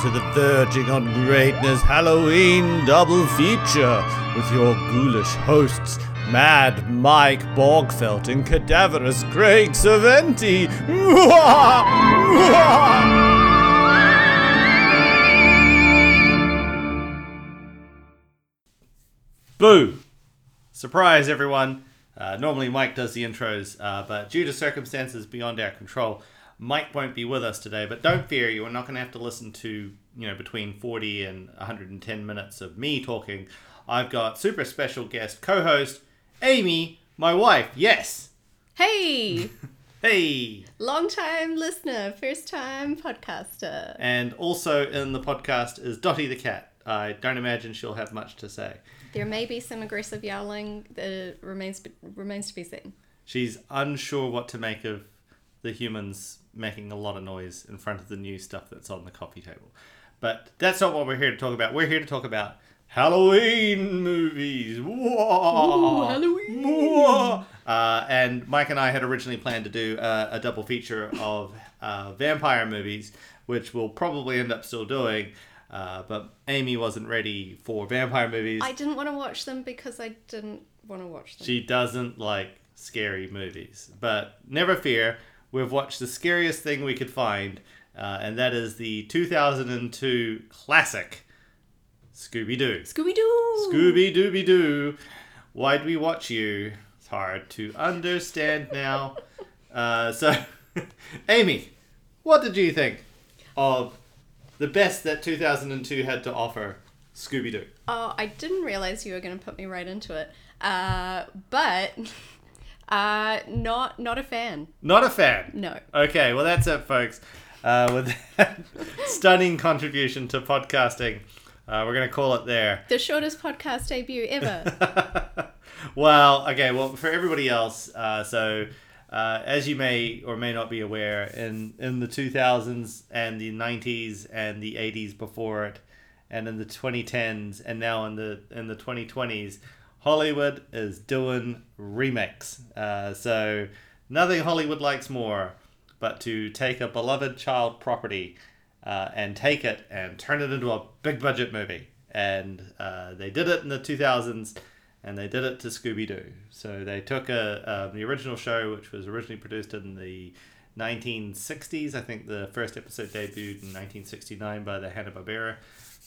to the Verging on Greatness Halloween double feature with your ghoulish hosts, Mad Mike Borgfelt and Cadaverous Craig Cerventi. Mwah! Mwah! Boo! Surprise, everyone. Uh, normally, Mike does the intros, uh, but due to circumstances beyond our control, Mike won't be with us today. But don't fear, you are not going to have to listen to you know between forty and one hundred and ten minutes of me talking. I've got super special guest co-host Amy, my wife. Yes. Hey, Hey. long time listener, first time podcaster. And also in the podcast is Dottie the cat. I don't imagine she'll have much to say. There may be some aggressive yowling that remains remains to be seen. She's unsure what to make of the humans making a lot of noise in front of the new stuff that's on the coffee table. But that's not what we're here to talk about. We're here to talk about Halloween movies. Whoa! Halloween. Whoa! Uh, and Mike and I had originally planned to do uh, a double feature of uh, vampire movies, which we'll probably end up still doing. Uh, but Amy wasn't ready for vampire movies. I didn't want to watch them because I didn't want to watch them. She doesn't like scary movies. But never fear, we've watched the scariest thing we could find, uh, and that is the 2002 classic Scooby Doo. Scooby Doo. Scooby Dooby Doo, why'd we watch you? It's hard to understand now. uh, so, Amy, what did you think of the best that 2002 had to offer, Scooby Doo? Oh, I didn't realize you were going to put me right into it. Uh, but uh, not not a fan. Not a fan. No. Okay, well, that's it, folks. Uh, with that stunning contribution to podcasting, uh, we're going to call it there. The shortest podcast debut ever. well, okay, well, for everybody else, uh, so uh, as you may or may not be aware, in, in the 2000s and the 90s and the 80s before it, and in the 2010s and now in the in the 2020s, Hollywood is doing remakes. Uh, so nothing Hollywood likes more but to take a beloved child property uh, and take it and turn it into a big budget movie. And uh, they did it in the 2000s and they did it to Scooby Doo. So they took a, um, the original show, which was originally produced in the 1960s. I think the first episode debuted in 1969 by the Hanna Barbera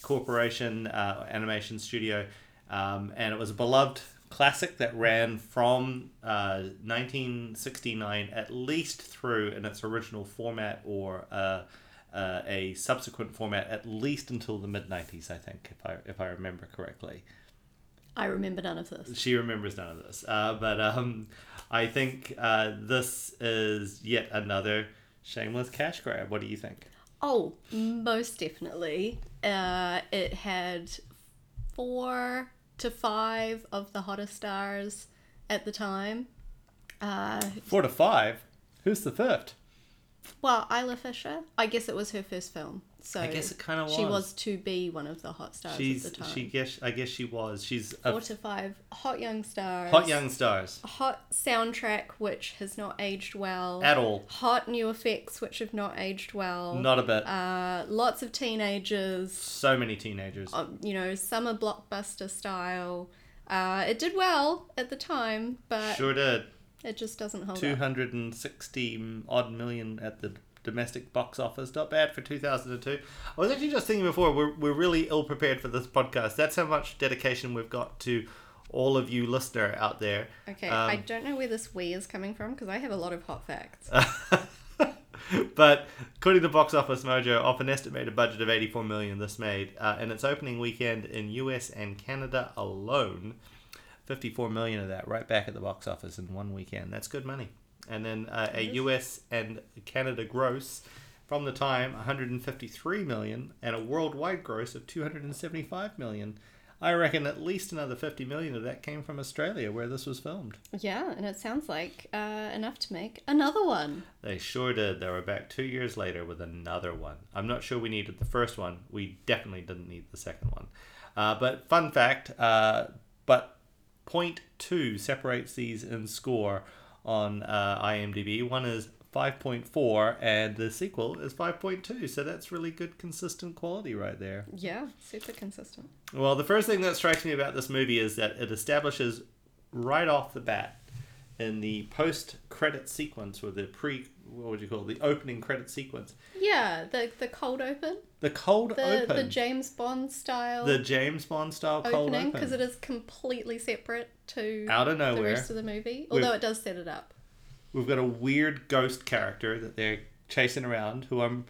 Corporation uh, Animation Studio, um, and it was a beloved classic that ran from uh, 1969 at least through in its original format or. Uh, uh, a subsequent format, at least until the mid '90s, I think, if I if I remember correctly I remember none of this. she remembers none of this. Uh, but um, I think uh, this is yet another shameless cash grab. What do you think? Oh, Mm. most definitely. Uh, it had four to five of the hottest stars at the time. Uh, Four to five. Who's the fifth? well, Isla Fisher, I guess it was her first film, so I guess it kinda she was. was to be one of the hot stars She's at the time. she guess I guess she was. She's a four to five hot young stars. hot young stars. Hot soundtrack, which has not aged well. At all. Hot new effects, which have not aged well. Not a bit. Uh, lots of teenagers. so many teenagers. um, you know, summer blockbuster style. Uh, it did well at the time, but sure did. it just doesn't hold Two up. hundred and sixty odd million at the domestic box office. Not bad for two thousand and two. I was actually just thinking before we're we're really ill prepared for this podcast. That's how much dedication we've got to all of you listener out there. Okay, Um, I don't know where this we is coming from because I have a lot of hot facts. but according to Box Office Mojo, off an estimated budget of 84 million, this made uh, in its opening weekend in U.S. and Canada alone, 54 million of that right back at the box office in one weekend. That's good money. And then uh, a U.S. and Canada gross from the time 153 million and a worldwide gross of 275 million. I reckon at least another 50 million of that came from Australia, where this was filmed. yeah, and it sounds like uh, enough to make another one. They sure did. They were back two years later with another one. I'm not sure we needed the first one. We definitely didn't need the second one. Uh, but fun fact, uh, but point two separates these in score on uh, IMDb. One is 5.4 and the sequel is 5.2 so that's really good consistent quality right there Yeah, super consistent. well the first thing that strikes me about this movie is that it establishes right off the bat in the post credit sequence or the pre what would you call it, the opening credit sequence Yeah, the the cold open, the cold the open the James Bond style the James Bond style cold opening open because it is completely separate to out of the nowhere rest of the movie. We've- Although it does set it up. we've got a weird ghost character that they're chasing around who I'm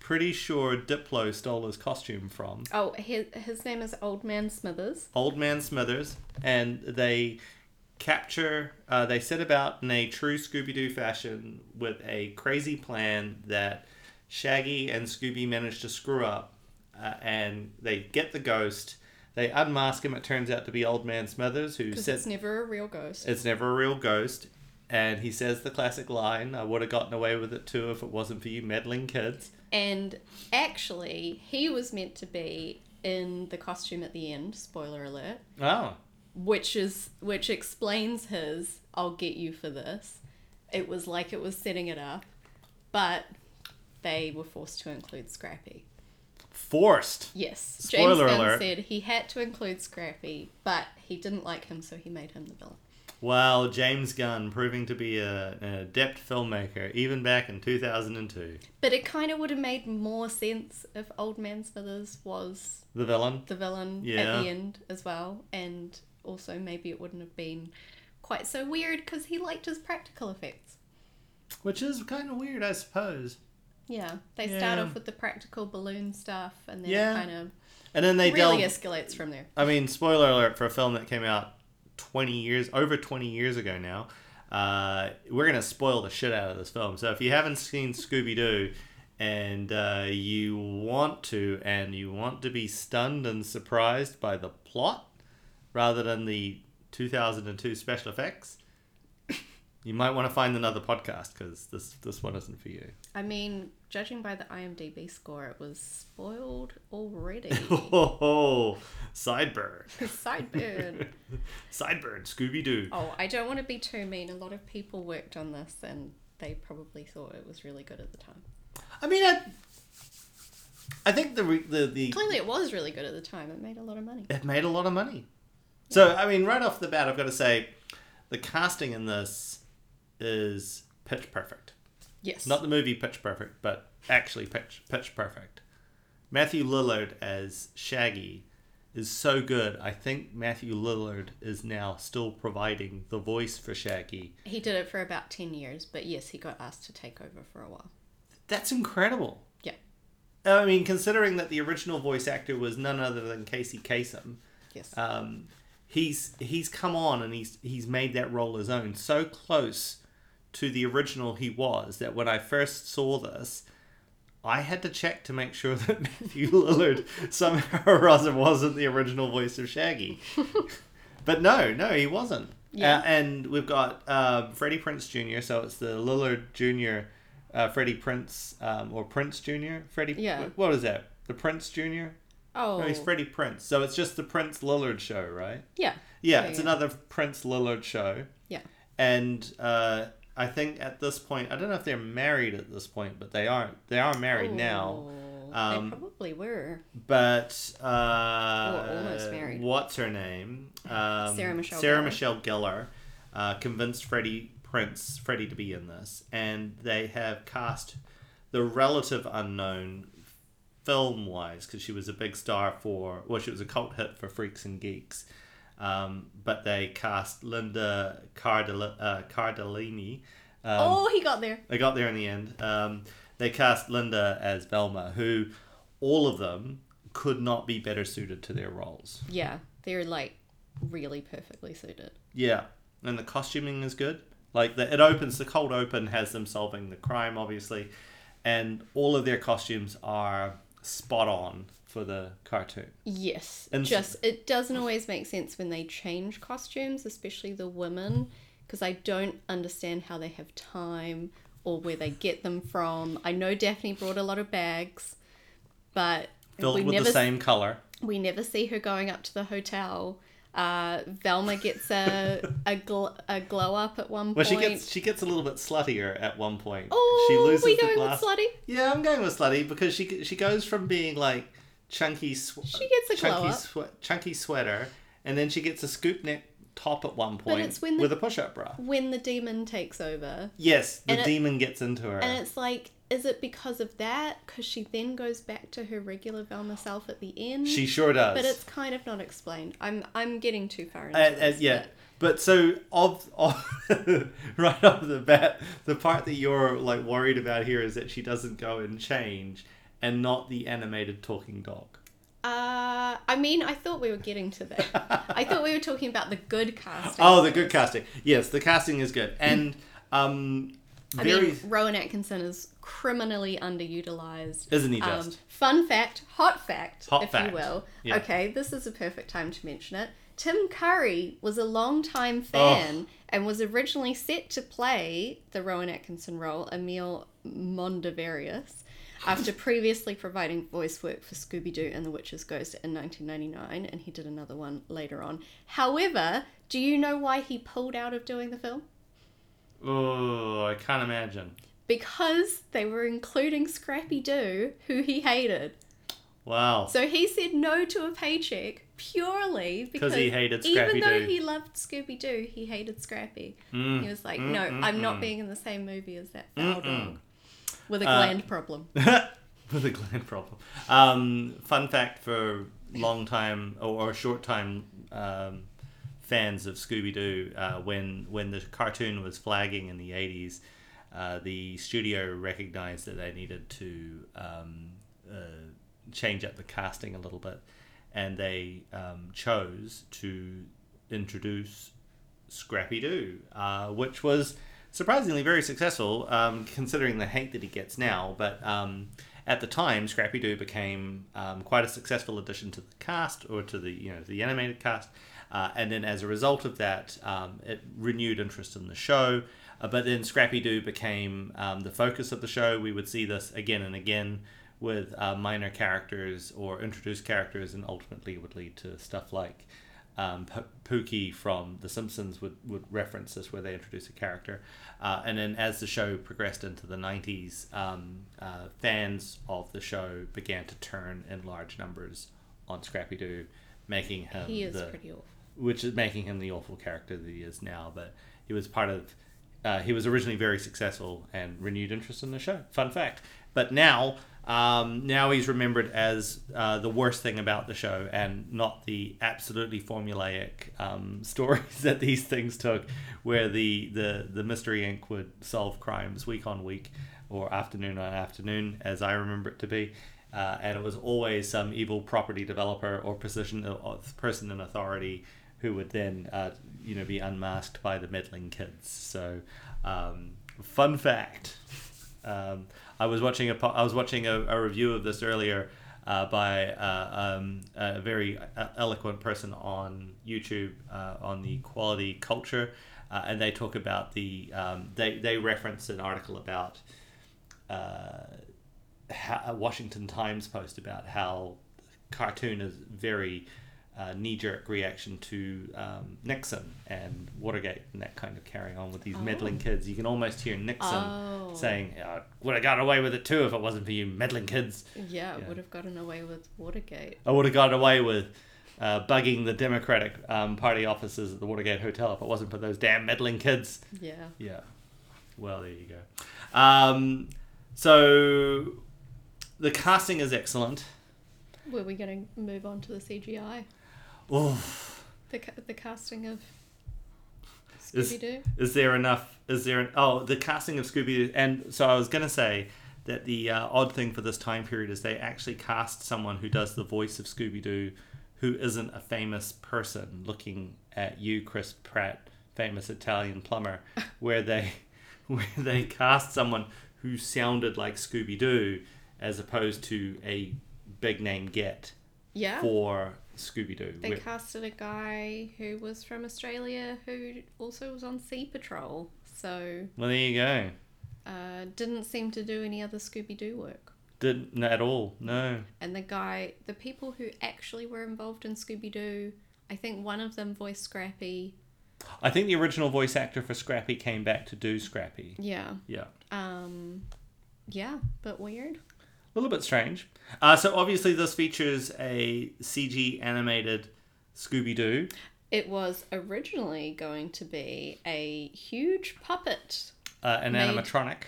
pretty sure Diplo stole his costume from. Oh, his, his name is Old Man Smithers. Old Man Smithers, and they capture, uh, they set about in a true Scooby Doo fashion with a crazy plan that Shaggy and Scooby manage to screw up, uh, and they get the ghost. They unmask him. It turns out to be Old Man Smithers, who Because sits it's never a real ghost. It's never a real ghost. And he says the classic line, I would have gotten away with it too if it wasn't for you meddling kids. And actually, he was meant to be in the costume at the end. Spoiler alert. Oh. which is which explains his I'll get you for this. It was like it was setting it up, but they were forced to include Scrappy. Forced. Yes, Spoiler James Gunn alert. said he had to include Scrappy, but he didn't like him, so he made him the villain. Wow, James Gunn proving to be a, an adept filmmaker even back in 2002. But it kind of would have made more sense if Old Man Smithers was The villain? the villain Yeah. at the end as well, and also maybe it wouldn't have been quite so weird because he liked his practical effects. Which is kind of weird, I suppose. Yeah, they start Yeah. off with the practical balloon stuff, and then Yeah. it kind of And then they really delve. escalates from there. I mean, spoiler alert for a film that came out 20 years, over 20 years ago now. Uh, we're going to spoil the shit out of this film. So if you haven't seen Scooby Doo and uh, you want to, and you want to be stunned and surprised by the plot rather than the 2002 special effects, you might want to find another podcast because this, this one isn't for you. I mean, judging by the IMDb score, it was spoiled already. Oh, oh Sideburn. Sideburn. Sideburn, Scooby Doo. Oh, I don't want to be too mean. A lot of people worked on this, and they probably thought it was really good at the time. I mean, I, I think the, re- the the Clearly, it was really good at the time. It made a lot of money. it made a lot of money. So I mean, right off the bat, I've got to say, the casting in this is pitch perfect. Yes. Not the movie Pitch Perfect, but actually Pitch Pitch Perfect. Matthew Lillard as Shaggy is so good. I think Matthew Lillard is now still providing the voice for Shaggy. he did it for about 10 years, but yes, he got asked to take over for a while. That's incredible. Yeah. I mean, considering that the original voice actor was none other than Casey Kasem. Yes. um, he's he's come on and he's he's made that role his own so close to the original he was that when I first saw this, I had to check to make sure that Matthew Lillard somehow or other wasn't the original voice of Shaggy. but no, no, he wasn't. Yeah. Uh, and we've got uh, Freddie Prince Jr. So it's the Lillard Jr. Uh, Freddie Prince um, or Prince Jr. Freddie. Yeah. What is that? The Prince Jr. oh, No, he's Freddie Prince. So it's just the Prince Lillard show, right? yeah. Yeah, Yeah, it's yeah. another Prince Lillard show. Yeah. And uh, I think at this point, I don't know if they're married at this point, but they aren't. They are married now. Oh, Um, they probably were. But uh, Or almost married. What's her name? Um, Sarah Michelle Sarah Gellar. Michelle Gellar uh, convinced Freddie Prince Freddie to be in this, and they have cast the relative unknown film wise because she was a big star for well she was a cult hit for Freaks and Geeks. Um, but they cast Linda Cardell- uh, Cardellini. Um, oh, he got there. they got there in the end. Um, they cast Linda as Velma, who all of them could not be better suited to their roles. Yeah, they're like really perfectly suited. Yeah, and the costuming is good. Like the, it opens the cold open has them solving the crime, obviously, and all of their costumes are spot on for the cartoon. Yes, And- just it doesn't always make sense when they change costumes, especially the women, because I don't understand how they have time or where they get them from. I know Daphne brought a lot of bags, but Filled we with never the same color. we never see her going up to the hotel Uh, Velma gets a a, gl- a glow up at one Well, point. she gets she gets a little bit sluttier at one point. oh, she loses we the going glass. with slutty. Yeah, I'm going with slutty because she she goes from being like chunky sw- She gets a chunky glow up. swe- chunky sweater, and then she gets a scoop neck top at one point it's when the- with a push up bra. When the demon takes over, Yes, the And it- demon gets into her. and it's like, is it because of that? Because she then goes back to her regular Velma self at the end. she sure does. but it's kind of not explained. I'm I'm getting too far into Uh, uh, this, yeah. But so of, of right off the bat, the part that you're like worried about here is that she doesn't go and change, and not the animated talking dog. but, uh, I mean, I thought we were getting to that. I thought we were talking about the good casting. Oh, the good casting. Yes, the casting is good, and um, I very mean, Rowan Atkinson is criminally underutilized. isn't he Um, just? fun fact, hot fact, Hot if fact. you will. Yeah. Okay, this is a perfect time to mention it. Tim Curry was a Oh. longtime fan and was originally set to play the Rowan Atkinson role, Emil Mondavarius, after previously providing voice work for Scooby Doo and The Witch's Ghost in 1999, and he did another one later on. However, do you know why he pulled out of doing the film? oh, I can't imagine. Because they were including Scrappy Doo, who he hated. Wow. So he said no to a paycheck purely because he hated Even though Scrappy-Doo. he loved Scooby Doo, he hated Scrappy. Mm. He was like, Mm, "No, mm, I'm mm. not being in the same movie as that foul dog with a Uh, gland problem." with a gland problem. Um, fun fact for long time or, or short time um, fans of Scooby Doo: uh, when when the cartoon was flagging in the eighties, uh, the studio recognized that they needed to um, uh, change up the casting a little bit, and they um, chose to introduce Scrappy Doo, uh, which was surprisingly very successful um, considering the hate that he gets now. But um, at the time, Scrappy Doo became um, quite a successful addition to the cast or to the you know the animated cast. Uh, and then as a result of that, um, it renewed interest in the show. Uh, but then Scrappy Doo became um, the focus of the show. We would see this again and again with uh, minor characters or introduced characters, and ultimately would lead to stuff like um, P- Pookie from The Simpsons would, would reference this where they introduce a character. Uh, and then as the show progressed into the 90s, um, uh, fans of the show began to turn in large numbers on Scrappy Doo, making him he is the, pretty awful. which is making him the awful character that he is now. But he was part of. Uh, he was originally very successful and renewed interest in the show. Fun fact. But now, um, now he's remembered as uh, the worst thing about the show, and not the absolutely formulaic um, stories that these things took, where the the the Mystery Inc. would solve crimes week on week or afternoon on afternoon, as I remember it to be. Uh, and it was always some evil property developer or position or person in authority who would then, uh, you know, be unmasked by the meddling kids. So, um, fun fact: um, I was watching a po- I was watching a, a review of this earlier uh, by uh, um, a very uh, eloquent person on YouTube uh, on the quality culture, uh, and they talk about the um, they they reference an article about uh, how, a Washington Times post about how cartoon is very uh, knee-jerk reaction to um, Nixon and Watergate and that kind of carrying on with these meddling kids. You can almost hear Nixon Oh. saying, "I would have got away with it too if it wasn't for you meddling kids. Yeah, Yeah. would have gotten away with Watergate. I would have got away with uh, bugging the Democratic um, Party offices at the Watergate Hotel if it wasn't for those damn meddling kids." Yeah. Yeah. Well, there you go. Um, so the casting is excellent. Were we going to move on to the CGI, Oof. the ca- the casting of Is- Scooby Doo? Is there enough? Is there an oh the casting of Scooby? And so I was gonna say that the uh, odd thing for this time period is they actually cast someone who does the voice of Scooby Doo, who isn't a famous person. Looking at you, Chris Pratt, famous Italian plumber, where they where they cast someone who sounded like Scooby Doo as opposed to a big name get Yeah. for Scooby Doo. Oh. They casted a guy who was from Australia who also was on Sea Patrol, so Well, there you go. uh, didn't seem to do any other Scooby Doo work. Didn't at all. No. And the guy, the people who actually were involved in Scooby Doo, I think one of them voiced Scrappy. I think the original voice actor for Scrappy came back to do Scrappy. Yeah. Yeah. Um, yeah, but weird. A little bit strange. Uh, so obviously this features a CG animated Scooby Doo. It was originally going to be a huge puppet Uh, an Made- animatronic.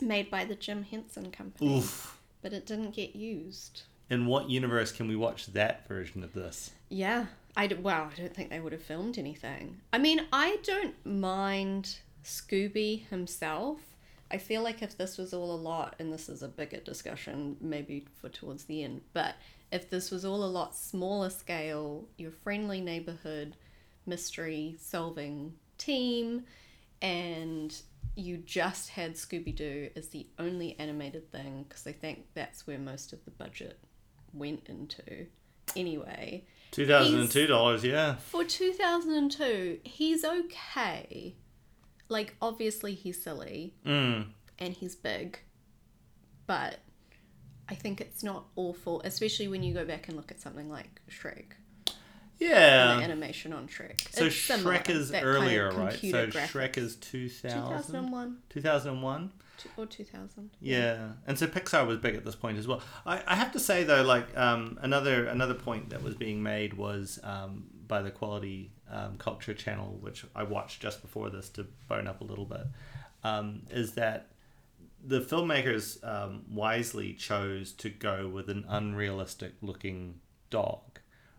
made by the Jim Henson Company, Oof. but it didn't get used. In what universe can we watch that version of this? Yeah. I d- well, I don't think they would have filmed anything. I mean, I don't mind Scooby himself. I feel like if this was all a lot, and this is a bigger discussion maybe for towards the end, but if this was all a lot smaller scale, your friendly neighborhood mystery solving team, and you just had Scooby Doo as the only animated thing, because I think that's where most of the budget went into anyway. Two thousand and two dollars, yeah. For 2002, he's okay. Like, obviously, he's silly Mm. and he's big, but I think it's not awful, especially when you go back and look at something like Shrek and the Yeah. animation on Shrek. So It's similar, Shrek is that kind of earlier, right? computer So graphic. Shrek is 2000? 2001 2001? two- or 2000. Yeah, and so Pixar was big at this point as well. I, I have to say though, like um, another another point that was being made was um, by the Quality um, Culture Channel, which I watched just before this to bone up a little bit, um, is that the filmmakers um, wisely chose to go with an unrealistic looking dog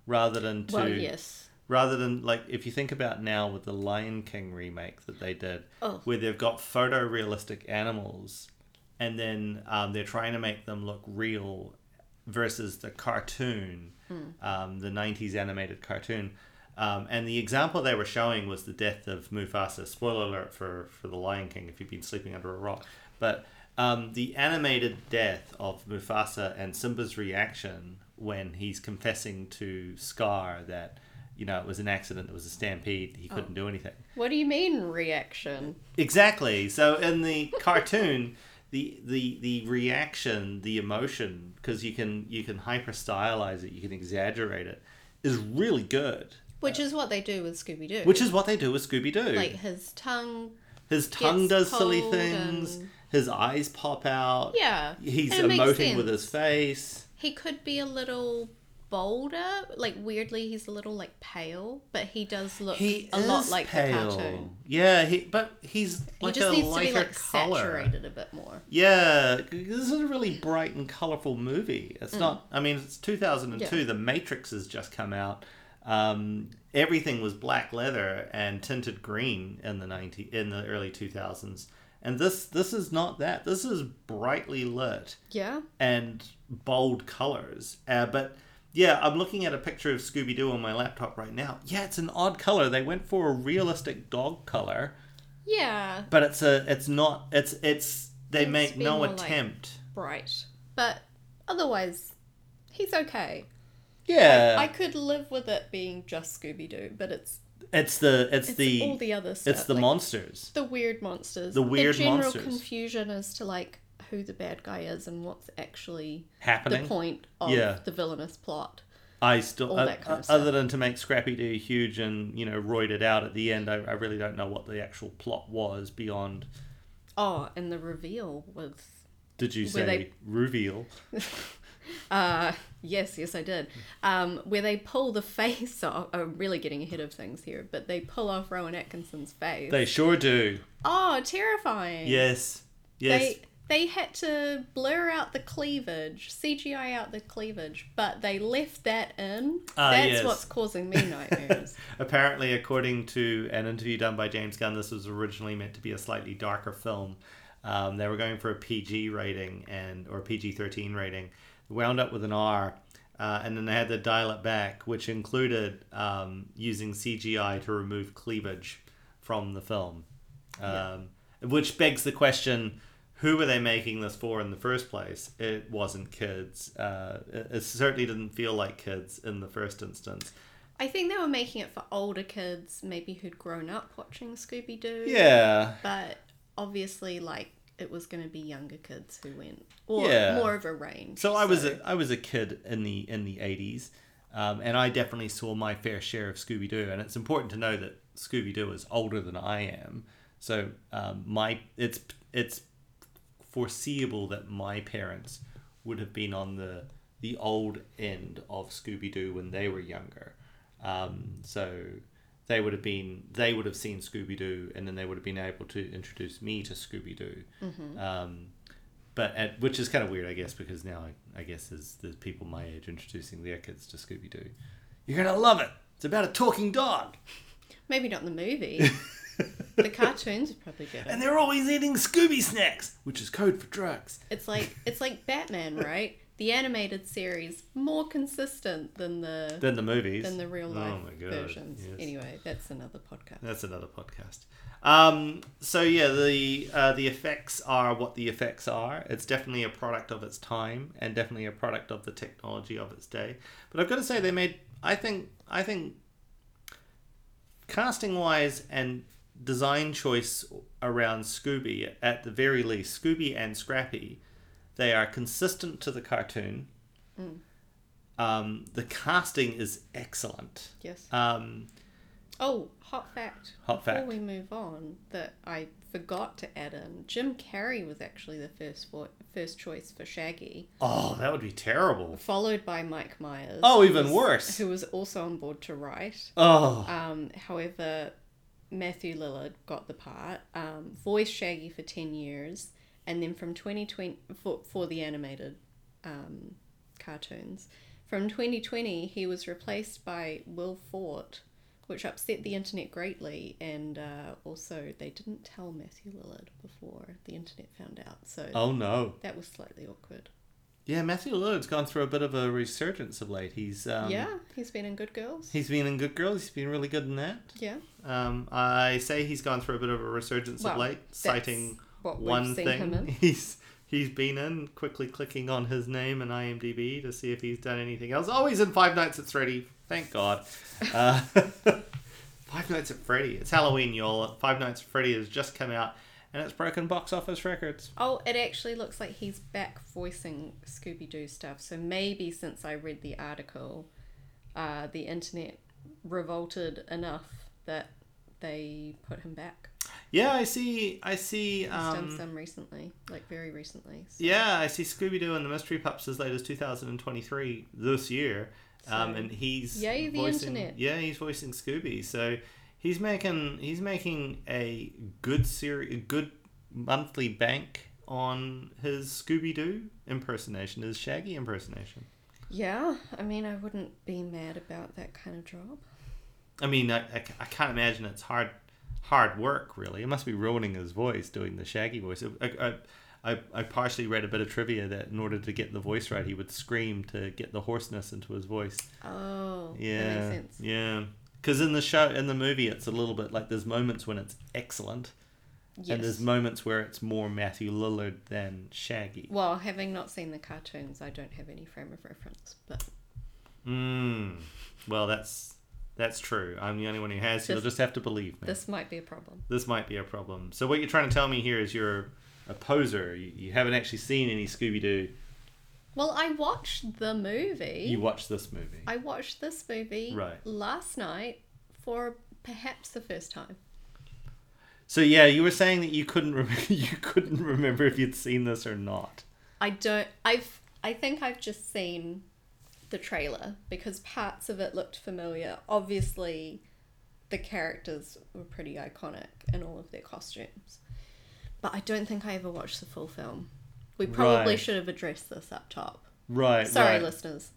rather than to Well, yes. rather than like if you think about now with the Lion King remake that they did, Oh. where they've got photorealistic animals, and then um, they're trying to make them look real, versus the cartoon, um, the '90s animated cartoon. Um, and the example they were showing was the death of Mufasa. Spoiler alert for, for The Lion King if you've been sleeping under a rock. But um, the animated death of Mufasa and Simba's reaction when he's confessing to Scar that you know, it was an accident, it was a stampede, he couldn't do anything. What do you mean, reaction? Exactly. So in the cartoon, the the the reaction, the emotion, because you can you can hyper stylize it, you can exaggerate it, is really good. Which is what they do with Scooby Doo. Which is what they do with Scooby Doo. like his tongue. his tongue gets does silly pulled things, and- his eyes pop out. Yeah. He's and it makes emoting with sense. his face. He could be a little bolder. Like weirdly, he's a little like pale, but he does look He a is lot like pale. the cartoon. Yeah, he but he's like he just a needs to lighter be like color. saturated a bit more. Yeah, this is a really bright and colorful movie. It's not. I mean, it's 2002. Mm. Yeah. The Matrix has just come out. Um, everything was black leather and tinted green in the 90 in the early 2000s. And this this is not that. This is brightly lit Yeah. and bold colors. Uh, but yeah, I'm looking at a picture of Scooby Doo on my laptop right now. Yeah, it's an odd color. They went for a realistic dog color Yeah. but it's a it's not it's it's they It's make been no more like- attempt Bright. But otherwise, he's okay. yeah I could live with it being just Scooby Doo, but it's it's the it's, it's the, all the other stuff. it's the like, monsters the weird monsters. The weird The general monsters. confusion as to like who the bad guy is and what's actually the happening point of Yeah. the villainous plot. i still all uh, that kind of uh, other stuff. than to make scrappy doo huge and you know roided out at the end I, I really don't know what the actual plot was beyond Oh, and the reveal was did you say they- reveal Uh, yes, yes, I did. Um, where they pull the face off. I'm really getting ahead of things here, but they pull off Rowan Atkinson's face. they sure do oh, terrifying. yes yes They, they had to blur out the cleavage, CGI out the cleavage, but they left that in. Ah, That's yes. what's causing me nightmares. Apparently, according to an interview done by James Gunn, this was originally meant to be a slightly darker film. Um, they were going for a PG rating and or PG thirteen rating. Wound up with an R, uh, and then they had to dial it back, which included um, using CGI to remove cleavage from the film. Um, Which begs the question who were they making this for in the first place? It wasn't kids. Uh, it, it certainly didn't feel like kids in the first instance. I think they were making it for older kids, maybe who'd grown up watching Scooby Doo. Yeah. But obviously, like, it was going to be younger kids who went, or Yeah. more of a range. So I was a, I was a kid in the in the eighties, Um, and I definitely saw my fair share of Scooby Doo. And it's important to know that Scooby Doo is older than I am. So um, my it's it's foreseeable that my parents would have been on the the old end of Scooby Doo when they were younger. Um, so they would have been they would have seen Scooby Doo, and then they would have been able to introduce me to Scooby Doo. Um, but at, which is kind of weird, I guess, because now I, I guess there's, there's people my age introducing their kids to Scooby Doo. You're gonna love it. It's about a talking dog, Maybe not in the movie. the cartoons would probably do it. and they're always eating Scooby snacks, which is code for drugs. It's like it's like Batman, right? The animated series more consistent than the Then the movies. than the real life Oh my God, versions. yes. Anyway, that's another podcast. That's another podcast. Um, so yeah, the uh, the effects are what the effects are. It's definitely a product of its time, and definitely a product of the technology of its day. But I've got to say, they made. I think. I think. Casting wise and design choice around Scooby, at the very least, Scooby and Scrappy, they are consistent to the cartoon. Um, the casting is excellent. Yes. Um, Oh, hot fact. Hot Before fact. we move on, that I forgot to add in, Jim Carrey was actually the first vo- first choice for Shaggy, Oh, that would be terrible. followed by Mike Myers. Oh, who even was- worse. Who was also on board to write. Oh, Um, however, Matthew Lillard got the part, um, voiced Shaggy for 10 years, and then from 2020, for, for the animated um, cartoons, from 2020, he was replaced by Will Fort, which upset the internet greatly. And uh, also, they didn't tell Matthew Lillard before the internet found out, so oh no. that was slightly awkward. Yeah, Matthew Lillard's gone through a bit of a resurgence of late. He's um, yeah, he's been in Good Girls. He's been in Good Girls. He's been really good in that. yeah. Um, I say he's gone through a bit of a resurgence Well, of late, that's citing what we've one seen thing him in. he's he's been in. Quickly clicking on his name in IMDb to see if he's done anything else. Oh, he's in Five Nights at Freddy. Thank God. Uh, Five Nights at Freddy. It's Halloween, y'all. Five Nights at Freddy has just come out, and it's broken box office records. Oh, it actually looks like he's back voicing Scooby Doo stuff. So maybe since I read the article, uh, the internet revolted enough that they put him back. Yeah, I see. I see. He's Um, done some recently, like very recently. So yeah, I see Scooby Doo and the Mystery Pups as late as 2023 this year. Um, So, and he's yay, the voicing, internet. Yeah, he's voicing Scooby. So he's making he's making a good series, a good monthly bank on his Scooby Doo impersonation, his Shaggy impersonation. yeah. I mean, I wouldn't be mad about that kind of job. I mean, I, I, I can't imagine it's hard hard work really. It must be ruining his voice doing the Shaggy voice. I, I, I, I partially read a bit of trivia that in order to get the voice right, he would scream to get the hoarseness into his voice. Oh, Yeah, that makes sense. yeah. Because in the show, in the movie, it's a little bit like there's moments when it's excellent, and there's Yes. moments where it's more Matthew Lillard than Shaggy. Well, having not seen the cartoons, I don't have any frame of reference, but Mm. Well, that's that's true. I'm the only one who has. You'll This- just have to believe me. this might be a problem. this might be a problem. So what you're trying to tell me here is you're a poser. You, you haven't actually seen any Scooby Doo. Well, I watched the movie. You watched this movie. I watched this movie Right. last night for perhaps the first time. So yeah, you were saying that you couldn't remember. You couldn't remember if you'd seen this or not. I don't I've I think I've just seen the trailer because parts of it looked familiar. Obviously, the characters were pretty iconic in all of their costumes. But I don't think I ever watched the full film. We probably Right. should have addressed this up top. Right. Sorry, right. listeners.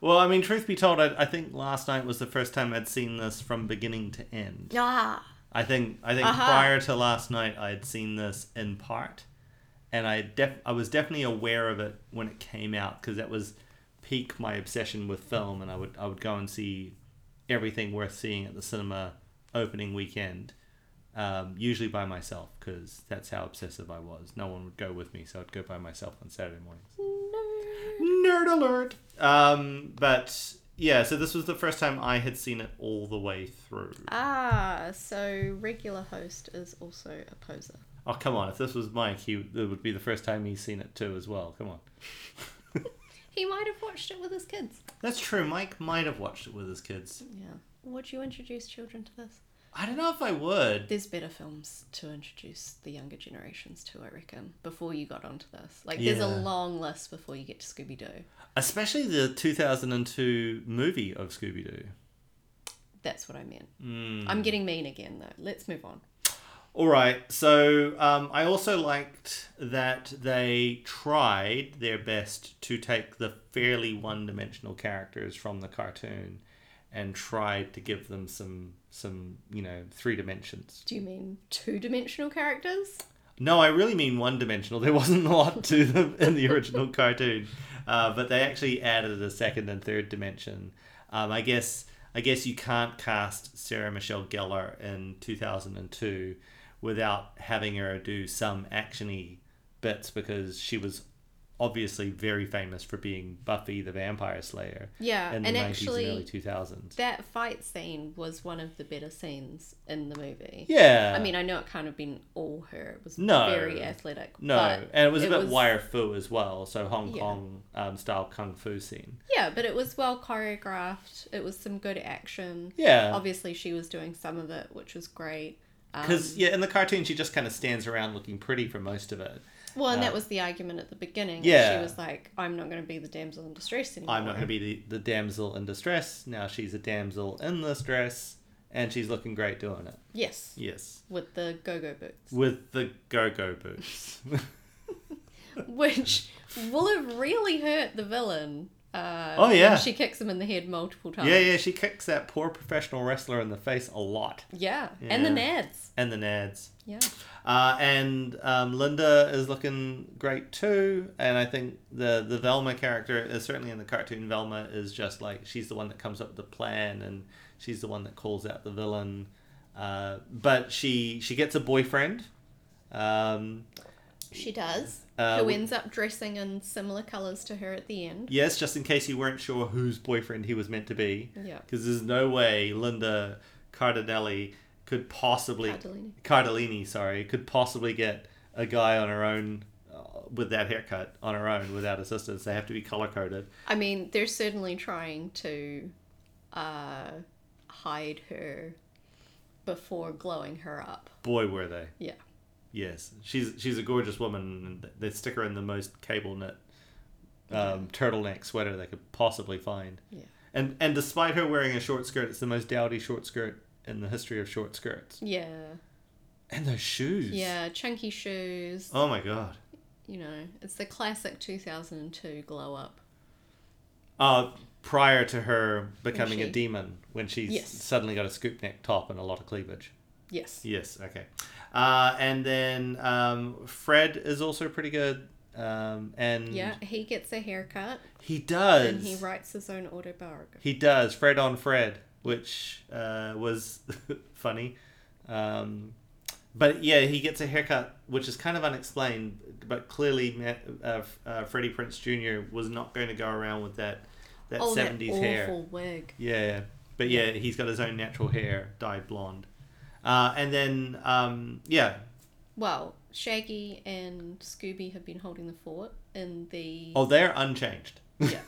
Well, I mean, truth be told, I, I think last night was the first time I'd seen this from beginning to end. Ah, I think I think Aha. prior to last night, I had seen this in part, and I def- I was definitely aware of it when it came out because that was peak my obsession with film, and I would I would go and see everything worth seeing at the cinema opening weekend, um, usually by myself because that's how obsessive I was. No one would go with me, so I'd go by myself on Saturday mornings. Nerd alert. Um, but yeah, so this was the first time I had seen it all the way through. ah, so regular host is also a poser. Oh come on! If this was Mike, he it would be the first time he's seen it too as well. Come on. He might have watched it with his kids. That's true. Mike might have watched it with his kids. Yeah. Would you introduce children to this? I don't know if I would. There's better films to introduce the younger generations to, I reckon, before you got onto this. Like, there's Yeah. a long list before you get to Scooby Doo. Especially the 2002 movie of Scooby Doo. That's what I meant. Hmm. I'm getting mean again, though. Let's move on. All right. So um, I also liked that they tried their best to take the fairly one-dimensional characters from the cartoon, and tried to give them some some you know three dimensions. Do you mean two dimensional characters? No, I really mean one-dimensional. There wasn't a lot to them in the original cartoon, uh, but they actually added a second and third dimension. Um, I guess I guess you can't cast Sarah Michelle Gellar in two thousand and two without having her do some actiony bits because she was obviously very famous for being Buffy the Vampire Slayer Yeah, in the and nineties and actually, early two thousands. that fight scene was one of the better scenes in the movie. Yeah, I mean, I know it can't have been all her. It was No. very athletic. No, but and it was a bit wire fu as well, so Hong Yeah. Kong um, style kung fu scene. Yeah, but it was well choreographed. It was some good action. Yeah, Obviously, she was doing some of it, which was great. Um, Because yeah, in the cartoon she just kind of stands around looking pretty for most of it. Well, and Uh, that was the argument at the beginning. yeah. She was like, I'm not going to be the damsel in distress anymore. I'm not going to be the, the damsel in distress. Now she's a damsel in distress, and she's looking great doing it. Yes. Yes, With the go go boots. with the go-go boots. Which will have really hurt the villain. Uh, Oh, when yeah. She kicks him in the head multiple times. yeah, yeah, she kicks that poor professional wrestler in the face a lot, Yeah. And the Yeah. nads. and the nads. Yeah. Uh, and um, Linda is looking great too, and I think the the Velma character is certainly in the cartoon. Velma is just like she's the one that comes up with the plan, and she's the one that calls out the villain. Uh, but she she gets a boyfriend. Um, She does. Uh, who we- ends up dressing in similar colours to her at the end. yes, just in case you weren't sure whose boyfriend he was meant to be, Yeah. because there's no way Linda Cardinelli could possibly Cardellini. Cardellini, sorry, could possibly get a guy on her own uh, with that haircut on her own without assistance. They have to be color coded. I mean, they're certainly trying to uh, hide her before glowing her up. Boy, were they! Yeah. Yes, she's she's a gorgeous woman, and they stick her in the most cable knit um, turtleneck sweater they could possibly find. Yeah. And and despite her wearing a short skirt, it's the most dowdy short skirt in the history of short skirts. Yeah. And those shoes. Yeah. Chunky shoes. Oh my god. You know, it's the classic 2002 glow up. Uh, prior to her becoming a she? demon, when she Yes. suddenly got a scoop neck top and a lot of cleavage. Yes. Yes. Okay. Uh, and then um, Fred is also pretty good. Um, and Yeah. He gets a haircut he does. and he writes his own autobiography. He does. Fred on Fred, which uh, was funny. Um, but yeah, he gets a haircut, which is kind of unexplained. But clearly, Ma- uh, uh, Freddie Prince Jr. was not going to go around with that that oh, that seventies awful hair. wig. Yeah, but yeah, he's got his own natural hair dyed blonde. Uh, and then um, yeah, Well, Shaggy and Scooby have been holding the fort in the oh, they're unchanged. Yeah.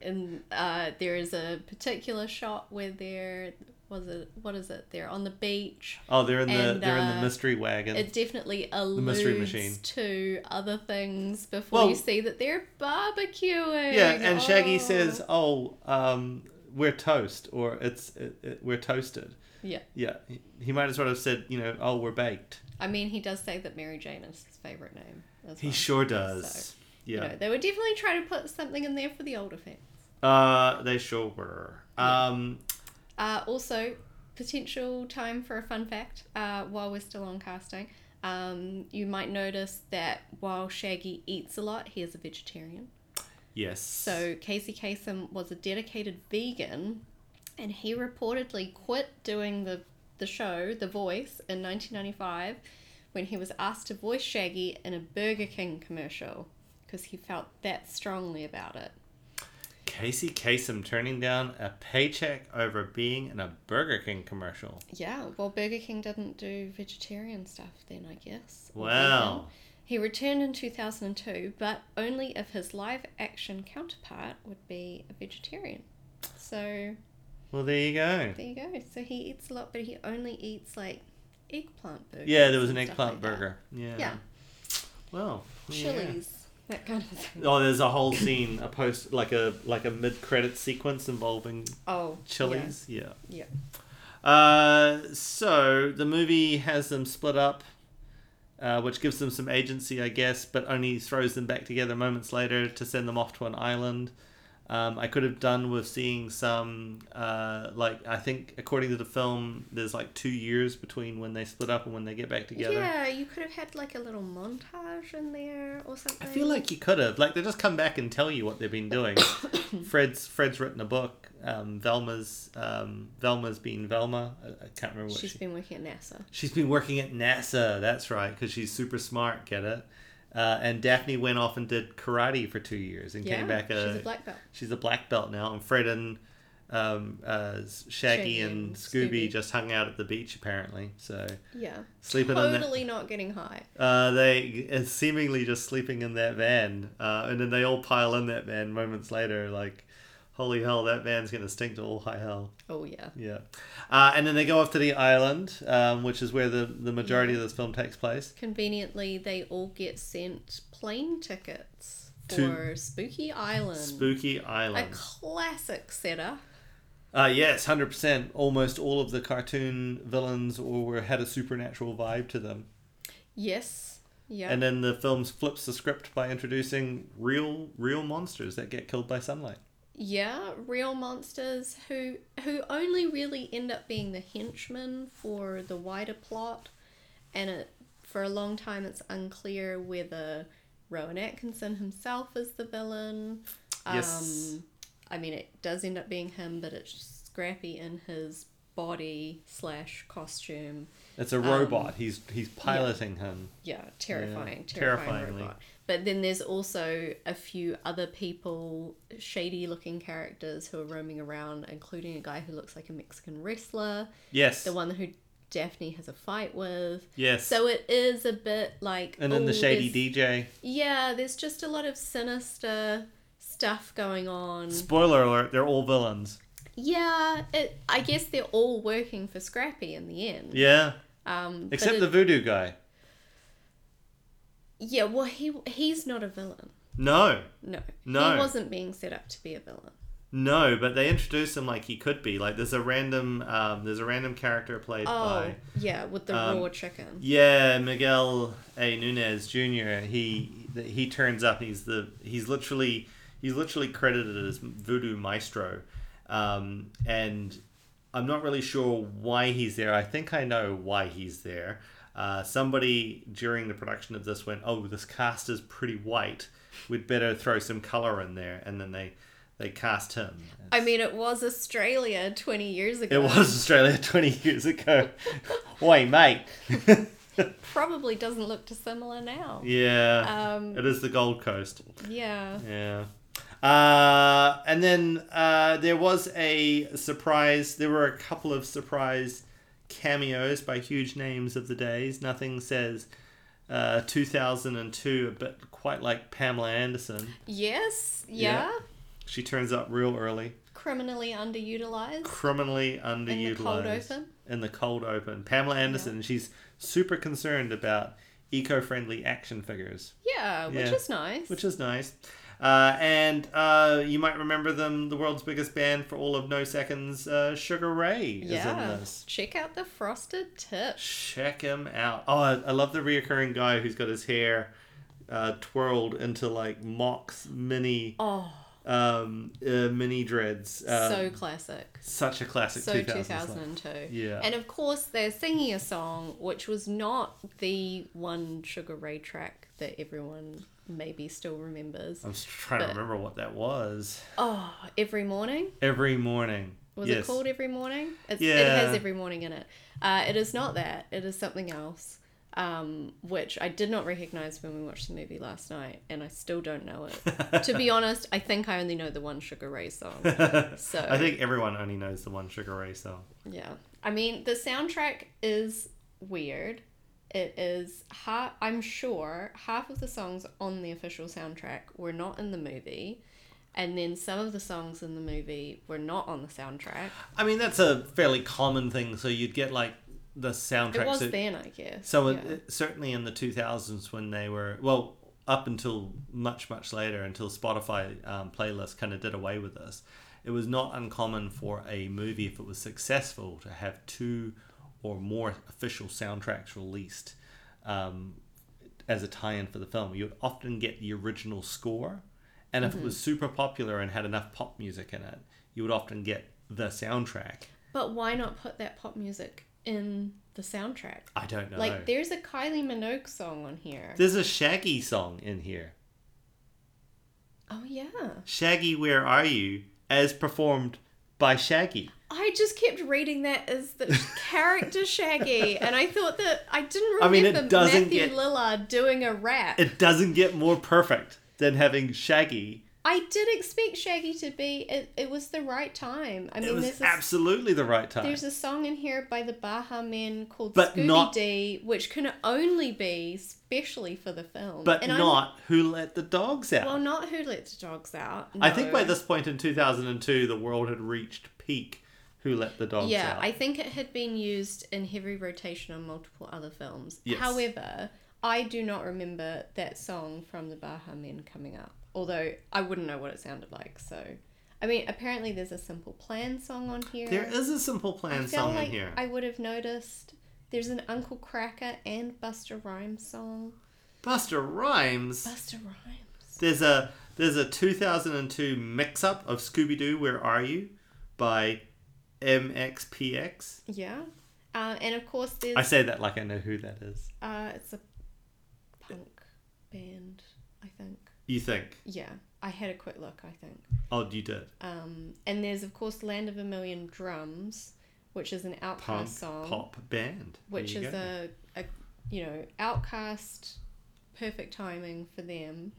and uh, there is a particular shot where they're was it what is it? They're on the beach. Oh, they're in the And, they're in the uh, mystery wagon. It definitely Hmm. mystery alludes machine. to other things before Well- you see that they're barbecuing. yeah, and Shaggy Oh. says, "Oh, um, we're toast," or "It's it, it, we're toasted." Yeah, Yeah, he, he might as well have said, you know, "Oh, we're baked." I mean, he does say that Mary Jane is his favorite name. As He well. sure does. So, yeah, You know, they were definitely trying to put something in there for the older fans. uh, they sure were. Um, Uh, also, potential time for a fun fact uh, while we're still on casting. Um, you might notice that while Shaggy eats a lot, he is a vegetarian. yes. So Casey Kasem was a dedicated vegan, and he reportedly quit doing the the show, The Voice, in 1995, when he was asked to voice Shaggy in a Burger King commercial because he felt that strongly about it. Casey Kasem turning down a paycheck over being in a Burger King commercial. Yeah, well, Burger King didn't do vegetarian stuff then, I guess. or Wow. vegan. He returned in 2002, but only if his live action counterpart would be a vegetarian. So Well, there you go. there you go. So he eats a lot, but he only eats like eggplant burgers. Yeah, there was an and stuff eggplant like that. burger. Yeah. Yeah, Well. yeah. chilies, that kind of thing. Oh, there's a whole scene, a post, like a like a mid-credit sequence involving Oh, yeah. chilies. Yeah. Yeah. Uh, so the movie has them split up, uh, which gives them some agency, I guess, but only throws them back together moments later to send them off to an island. Um, I could have done with seeing some, uh, like I think according to the film, there's like two years between when they split up and when they get back together. Yeah, you could have had like a little montage in there or I something. feel like you could have. Like they just come back and tell you what they've been doing. Fred's Fred's written a book. Um, Velma's um, Velma's been Velma. I, I can't remember what she's she, been working at NASA. she's been working at NASA. That's right, because she's super smart. Get it? Uh, and Daphne went off and did karate for two years and Yeah, came back uh, a she's a black belt. she's a black belt now. And Fred and um, uh, Shaggy, Shaggy and, and Scooby, Scooby. just hung out at the beach apparently. So Yeah, sleeping on that. totally not getting high. Uh, they uh, seemingly just sleeping in that van, uh, and then they all pile in that van moments later. Like, holy hell, that van's gonna stink to all high hell. Oh yeah, Yeah, uh, and then they go off to the island, um, which is where the the majority of this film takes place. Conveniently, they all get sent plane tickets To- for Spooky Island. Spooky a Island. classic setup. Uh, yes, hundred percent. Almost all of the cartoon villains or were had a supernatural vibe to them. Yes. Yeah. And then the film flips the script by introducing real, real monsters that get killed by sunlight. yeah, real monsters who who only really end up being the henchmen for the wider plot and it, for a long time it's unclear whether Rowan Atkinson himself is the villain. Yes. Um I mean it does end up being him, but it's Scrappy in his body slash costume. It's a Um, robot. He's he's piloting him. Yeah, terrifying, Yeah, terrifying terrifyingly. robot. But then there's also a few other people, shady looking characters who are roaming around, including a guy who looks like a Mexican wrestler, Yes. the one who Daphne has a fight with. Yes. So it is a bit like and then the oh, shady there's- DJ. Yeah, there's just a lot of sinister stuff going on. Spoiler alert: they're all villains. Yeah, it, I guess they're all working for Scrappy in the end. Yeah. Um, but Except it- the voodoo guy. yeah, well he he's not a villain. No, No. No. He wasn't being set up to be a villain. no. But they introduce him like he could be. Like there's a random um, there's a random character played Oh, by yeah, with the um, raw chicken. yeah Miguel A Nunez Jr. He th- he turns up. He's the he's literally he's literally credited as voodoo maestro, um, and I'm not really sure why he's there. I think I know why he's there. Uh, somebody during the production of this went, "Oh, this cast is pretty white. We'd better throw some color in there," and then they they cast him. I mean, it was Australia 20 years It ago. was Australia 20 years ago. Wait, mate. Probably doesn't look dissimilar now. yeah. Um, it is the Gold Coast. Yeah. Yeah. Uh, and then uh, there was a surprise. There were a couple of surprise cameos by huge names of the days. Nothing says uh, 2002 a bit quite like Pamela Anderson. Yes. Yeah. Yeah. She turns up real early, Criminally underutilized. criminally underutilized. In the cold open. In the cold open. Pamela Anderson, she's super concerned about eco friendly action figures. Yeah, which Yeah. is nice. which is nice. Uh, and uh, you might remember them, the world's biggest band for all of no seconds, uh, Sugar Ray is yeah. in this. Check out the frosted tip. Check him out. Oh, I, I love the reoccurring guy who's got his hair uh, twirled into like Mox mini Oh, um, uh, mini dreads. Um, so classic. such a classic. So 2000s 2002. Yeah. And of course, they're singing a song which was not the one Sugar Ray track that everyone maybe still remembers. I'm just trying to But- remember what that was. Oh, every morning. Every morning. Was yes. it called Every Morning? It's, It Yeah. has Every Morning in it. Uh, it is not that. It is something else, um, which I did not recognize when we watched the movie last night, and I still don't know it. to be honest, I think I only know the one Sugar Ray song. So I think everyone only knows the one Sugar Ray song. yeah, I mean the soundtrack is weird. It is half. I'm sure half of the songs on the official soundtrack were not in the movie, and then some of the songs in the movie were not on the soundtrack. I mean, that's a fairly common thing. So you'd get like the It soundtrack. was so then, I guess. so it- yeah. it- certainly in the 2000s when they were, well, up until much, much later, until Spotify um, playlist kind of did away with this, it was not uncommon for a movie, if it was successful, to have two or more official soundtracks released um, as a tie-in for the film. You'd often get the original score, and Mm-hmm. if it was super popular and had enough pop music in it, you would often get the soundtrack. but why not put that pop music in the soundtrack? I don't know. Like, there's a Kylie Minogue song on here. There's a Shaggy song in here. oh yeah. Shaggy, where are you? As performed by Shaggy. I just kept reading that as the character Shaggy, and I thought that I didn't I mean, it remember doesn't Matthew get- Lillard doing a rap. It doesn't get more perfect than having Shaggy. I did expect Shaggy to be. It, it was the right time. I It mean, was there's a, absolutely the right time. there's a song in here by the Baha Men called But Scooby not- Dee, which can only be specially for the film. But I'm- not who let the dogs out. well, not Who Let the Dogs Out. I think by no. this point in 2002, the world had reached peak who let the dogs Yeah, out. I think it had been used in heavy rotation on multiple other films. Yes. However, I do not remember that song from the Baha Men coming up, although I wouldn't know what it sounded like. So, I mean, apparently there's a Simple Plan song on here. There is a Simple Plan I feel song like in here. I would have noticed. There's an Uncle Cracker and Buster Rhymes song. Buster Rhymes. Buster Rhymes. There's a there's a 2002 mix-up of Scooby Doo Where Are You by MXPX. Yeah. Uh, and of course, there's I say that like I know who that is. uh, it's a punk band, I think. You think? Yeah, I had a quick look, I think. Oh, you did. Um, and there's of course Land of a Million Drums, which is an Outcast Punk song, pop band. There which you is go. a, a you know Outcast, perfect timing for them.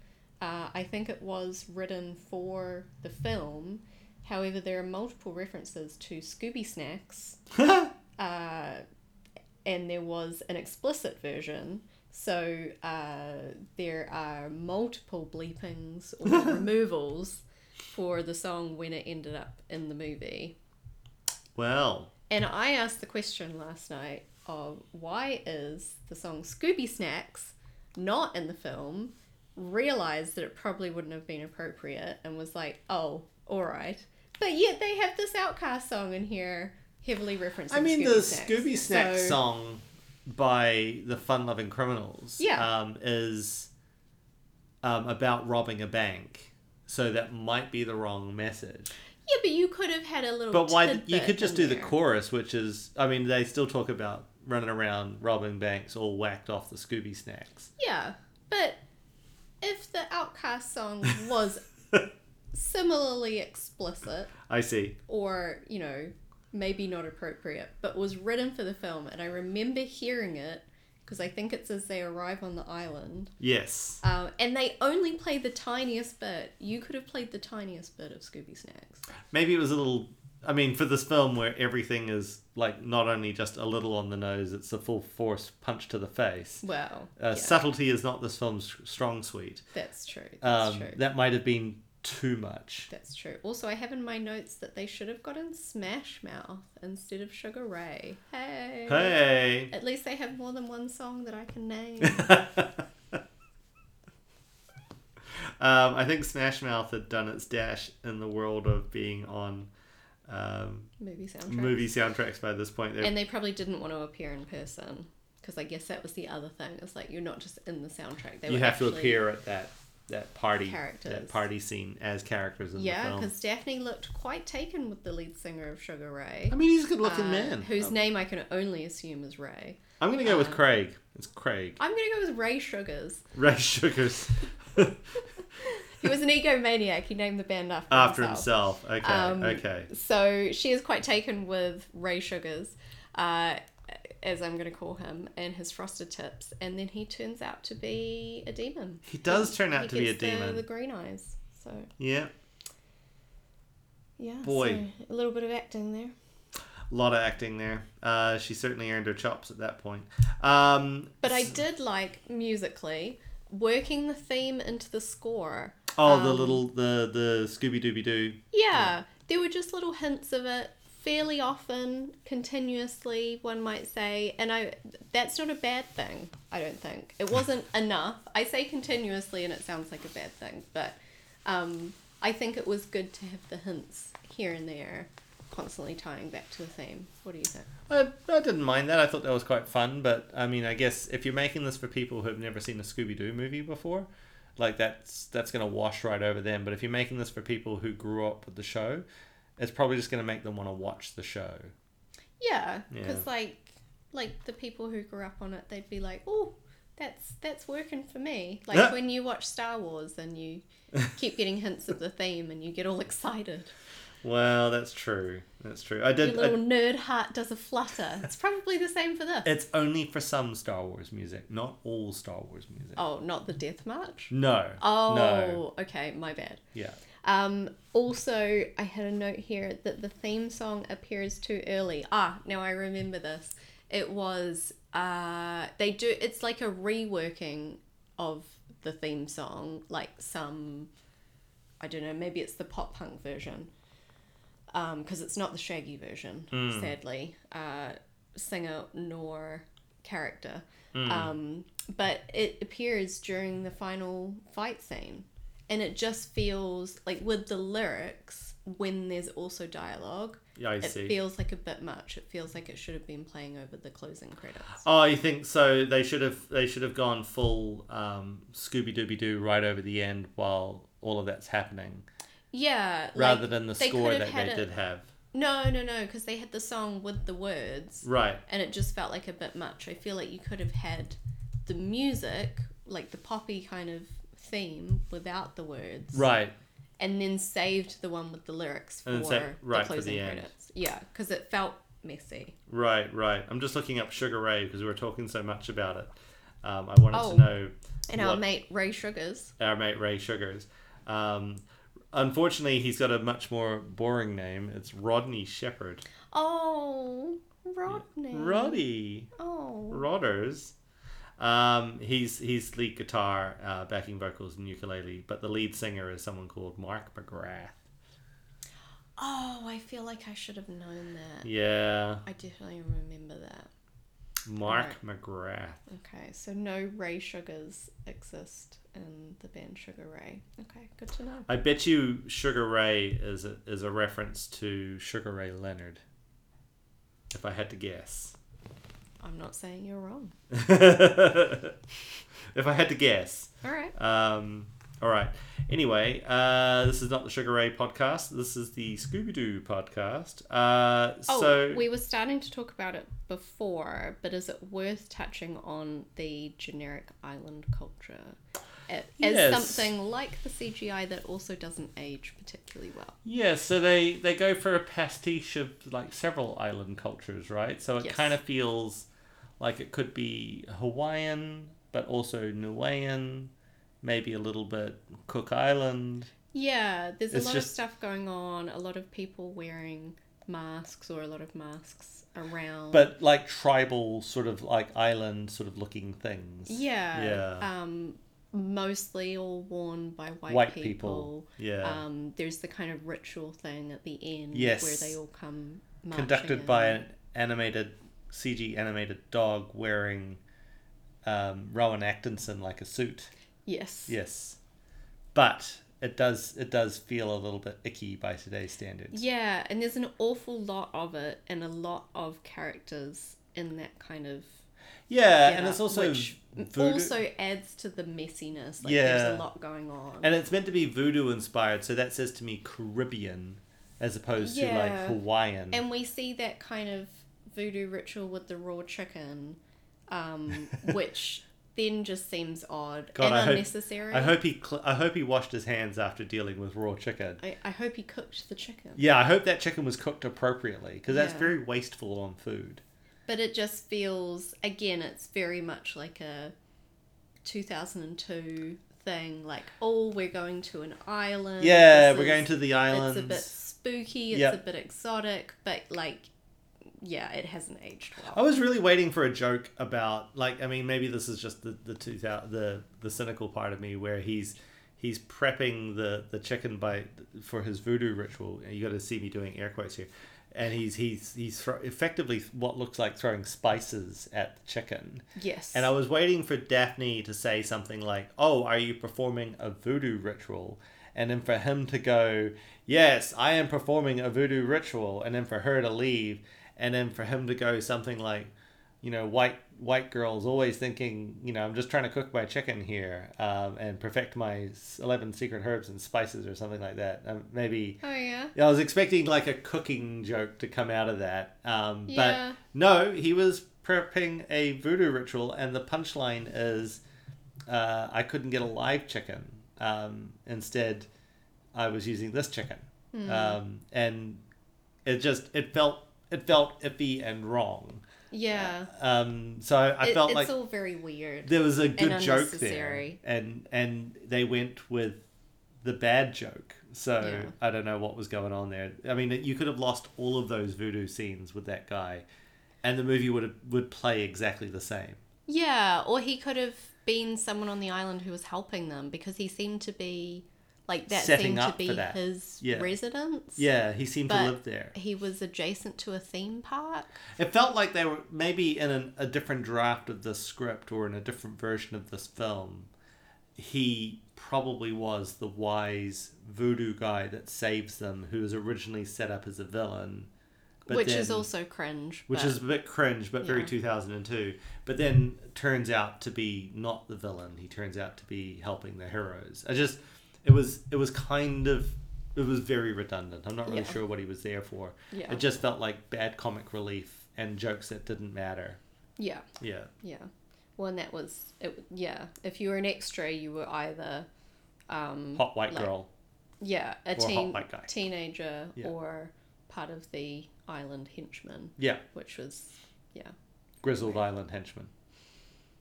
Uh, I think it was written for the film. However, there are multiple references to Scooby Snacks, uh, and there was an explicit version. So uh, there are multiple bleepings or removals for the song when it ended up in the movie. well. And I asked the question last night of why is the song Scooby Snacks not in the film? Realized that it probably wouldn't have been appropriate and was like, oh, all right. But yet they have this Outcast song in here heavily referencing. I mean, Scooby the Snacks. Scooby Snack So- song by the Fun Loving Criminals. Yeah. Um, is um, about robbing a bank, so that might be the wrong message. Yeah, but you could have had a little. But why th- you tidbit could just in do the there. chorus, which is I mean they still talk about running around robbing banks, all whacked off the Scooby snacks. Yeah, but if the Outcast song was similarly explicit, I see. or you know maybe not appropriate but was written for the film and i remember hearing it because i think it's as they arrive on the island Yes. um, and they only play the tiniest bit you could have played the tiniest bit of scooby snacks Maybe it was a little. I mean, for this film where everything is like not only just a little on the nose, it's a full force punch to the face. well Uh, yeah, Subtlety is not this film's strong suite. that's true that's Um, true that might have been too much. that's true also i have in my notes that they should have gotten smash mouth instead of sugar ray hey Hey. at least they have more than one song that i can name Um, I think Smash Mouth had done its dash in the world of being on um, movie soundtrack movie soundtracks by this point. They're- And they probably didn't want to appear in person because I guess that was the other thing. It's like you're not just in the soundtrack; they you were have to actually- appear at that that party that Characters. party scene as characters in the Yeah, film. because Daphne looked quite taken with the lead singer of Sugar Ray, I mean, he's a good-looking uh, man. Oh. whose I'm, name I can only assume is Ray. I'm gonna go with Uh. Craig. It's Craig. I'm gonna go with Ray Sugars. Ray Sugars He was an egomaniac. He named the band after, after himself. himself. Okay, Um, okay. So she is quite taken with Ray Sugars, uh, as I'm going to call him, and his frosted tips. And then he turns out to be a demon. He does turn out He to be a gets the- demon. The green eyes. So Yeah. yeah. Boy. so a little bit of acting there. A lot of acting there. Uh, she certainly earned her chops at that point. Um, But I did like musically working the theme into the score. oh, Um, the little the the Scooby Dooby Doo. Yeah, there were just little hints of it fairly often, continuously, one might say, and I that's not a bad thing, I don't think. It wasn't enough. I say continuously and it sounds like a bad thing, but um, I think it was good to have the hints here and there constantly tying back to the theme. What do you think? I, I didn't mind that. I thought that was quite fun. But I mean, I guess if you're making this for people who have never seen a Scooby Doo movie before, like that's that's gonna wash right over them. But if you're making this for people who grew up with the show, it's probably just gonna make them want to watch the show. Yeah, Yeah. because like like the people who grew up on it, they'd be like, "Oh, that's that's working for me." Like Yeah. when you watch Star Wars and you keep getting hints of the theme and you get all excited. Well, that's true. That's true. I Your did. little I, nerd heart does a flutter. It's probably the same for this. it's only for some Star Wars music, not all Star Wars music. Oh, not the Death March. No. Oh, No. okay, my bad. Yeah. Um, also, I had a note here that the theme song appears too early. Ah, now I remember this. It was uh, they do. It's like a reworking of the theme song, like some, I don't know. Maybe it's the pop punk version, because it's not the Shaggy version, sadly. Uh, singer nor character. Um, but it appears during the final fight scene. And it just feels like with the lyrics, when there's also dialogue, Yeah, I it see. feels like a bit much. It feels like it should have been playing over the closing credits. Oh, you think so? They should have they should have gone full um, Scooby Dooby Doo right over the end while all of that's happening, Yeah. rather like, than the they could score have that had they it- did have. No, no, no, because they had the song with the words. Right. and it just felt like a bit much. I feel like you could have had the music, like the poppy kind of theme, without the words, Right. and then saved the one with the lyrics for And then sa- right, the for the closing end. credits. Yeah, because it felt messy. Right. Right. I'm just looking up Sugar Ray because we were talking so much about it. Um, I wanted Oh. to know And our what mate Ray Sugars, our mate Ray Sugars. Um, unfortunately, he's got a much more boring name. It's Rodney Shepherd. oh Rodney, Roddy. oh Rodders. Um, he's he's lead guitar, uh, backing vocals, and ukulele. But the lead singer is someone called Mark McGrath. oh, I feel like I should have known that. Yeah, I definitely remember that. Mark McGrath. Okay, so no Ray Sugars exist in the band Sugar Ray. Okay, good to know. I bet you Sugar Ray is a, is a reference to Sugar Ray Leonard. If I had to guess, I'm not saying you're wrong. if I had to guess. All right. Um, all right. Anyway, uh, this is not the Sugar Ray podcast. This is the Scooby Doo podcast. Uh, Oh, so we were starting to talk about it before, but is it worth touching on the generic island culture as Yes. something like the CGI that also doesn't age particularly well? Yeah, so they they go for a pastiche of like several island cultures, right? So it Yes. kind of feels like it could be Hawaiian, but also Niuean, maybe a little bit Cook Island. Yeah, there's It's a lot of just- stuff going on. A lot of people wearing masks or a lot of masks around. But like tribal sort of like island sort of looking things. yeah, Yeah. um, mostly all worn by white, White people. people. Yeah. Um, there's the kind of ritual thing at the end where Yes. they all come marching Conducted in. by an animated CG animated dog wearing um, Rowan Atkinson like a suit. yes Yes. But it does it does feel a little bit icky by today's standards. yeah and there's an awful lot of it and a lot of characters in that kind of Yeah, getup, Uh, and it's also which voodoo. also adds to the messiness like there's Yeah. a lot going on and it's meant to be voodoo inspired, so that says to me Caribbean as opposed to Yeah. like Hawaiian. And we see that kind of voodoo ritual with the raw chicken, um, which then just seems odd God, and I hope- unnecessary. I hope he cl- I hope he washed his hands after dealing with raw chicken. I, I hope he cooked the chicken. Yeah, I hope that chicken was cooked appropriately because that's Yeah. very wasteful on food. But it just feels, again, it's very much like a 2002 thing. Like, oh, we're going to an island. Yeah, Mm, this we're is- going to the It's islands. a bit spooky. It's Yep. a bit exotic, but like yeah, it hasn't aged well. I was really waiting for a joke about like I mean maybe this is just the the two thousand the the cynical part of me where he's he's prepping the the chicken bite for his voodoo ritual. You got to see me doing air quotes here, and he's he's he's thro- effectively what looks like throwing spices at the chicken. Yes. And I was waiting for Daphne to say something like, "Oh, are you performing a voodoo ritual?" And then for him to go, "Yes, I am performing a voodoo ritual," and then for her to leave, and then for him to go something like, "You know, white white girls always thinking, you know, I'm just trying to cook my chicken here um, and perfect my s- eleven secret herbs and spices or something like that." Um, maybe oh yeah. yeah, I was expecting like a cooking joke to come out of that. Um, Yeah. But no, he was prepping a voodoo ritual, and the punchline is uh, I couldn't get a live chicken. Um, instead, I was using this chicken. Hmm. Um, and it just it felt it felt iffy and wrong. Yeah. Um, so I It- felt it's like all very weird. there was a good and joke there, unnecessary. and and they went with the bad joke. So Yeah. I don't know what was going on there. I mean, you could have lost all of those voodoo scenes with that guy, and the movie would have, would play exactly the same. Yeah, or he could have been someone on the island who was helping them because he seemed to be like that Setting seemed up to for be that. his Yeah. residence. Yeah, he seemed But- to live there. He was adjacent to a theme park. It felt like they were maybe in an, a different draft of this script or in a different version of this film. He probably was the wise voodoo guy that saves them, who was originally set up as a villain, but which is then- also cringe. which but- is a bit cringe, but very Yeah. 2002. But then turns out to be not the villain. He turns out to be helping the heroes. I just, it was, it was kind of, it was very redundant. I'm not really Yeah. sure what he was there for. Yeah. It just felt like bad comic relief and jokes that didn't matter. yeah, Yeah. yeah. Well, and that was it, yeah. If you were an extra, you were either um, Hot white Like- girl. yeah a hot teen white guy. teenager Yeah. or part of the island henchman, Yeah. which was yeah, Grizzled Island henchman.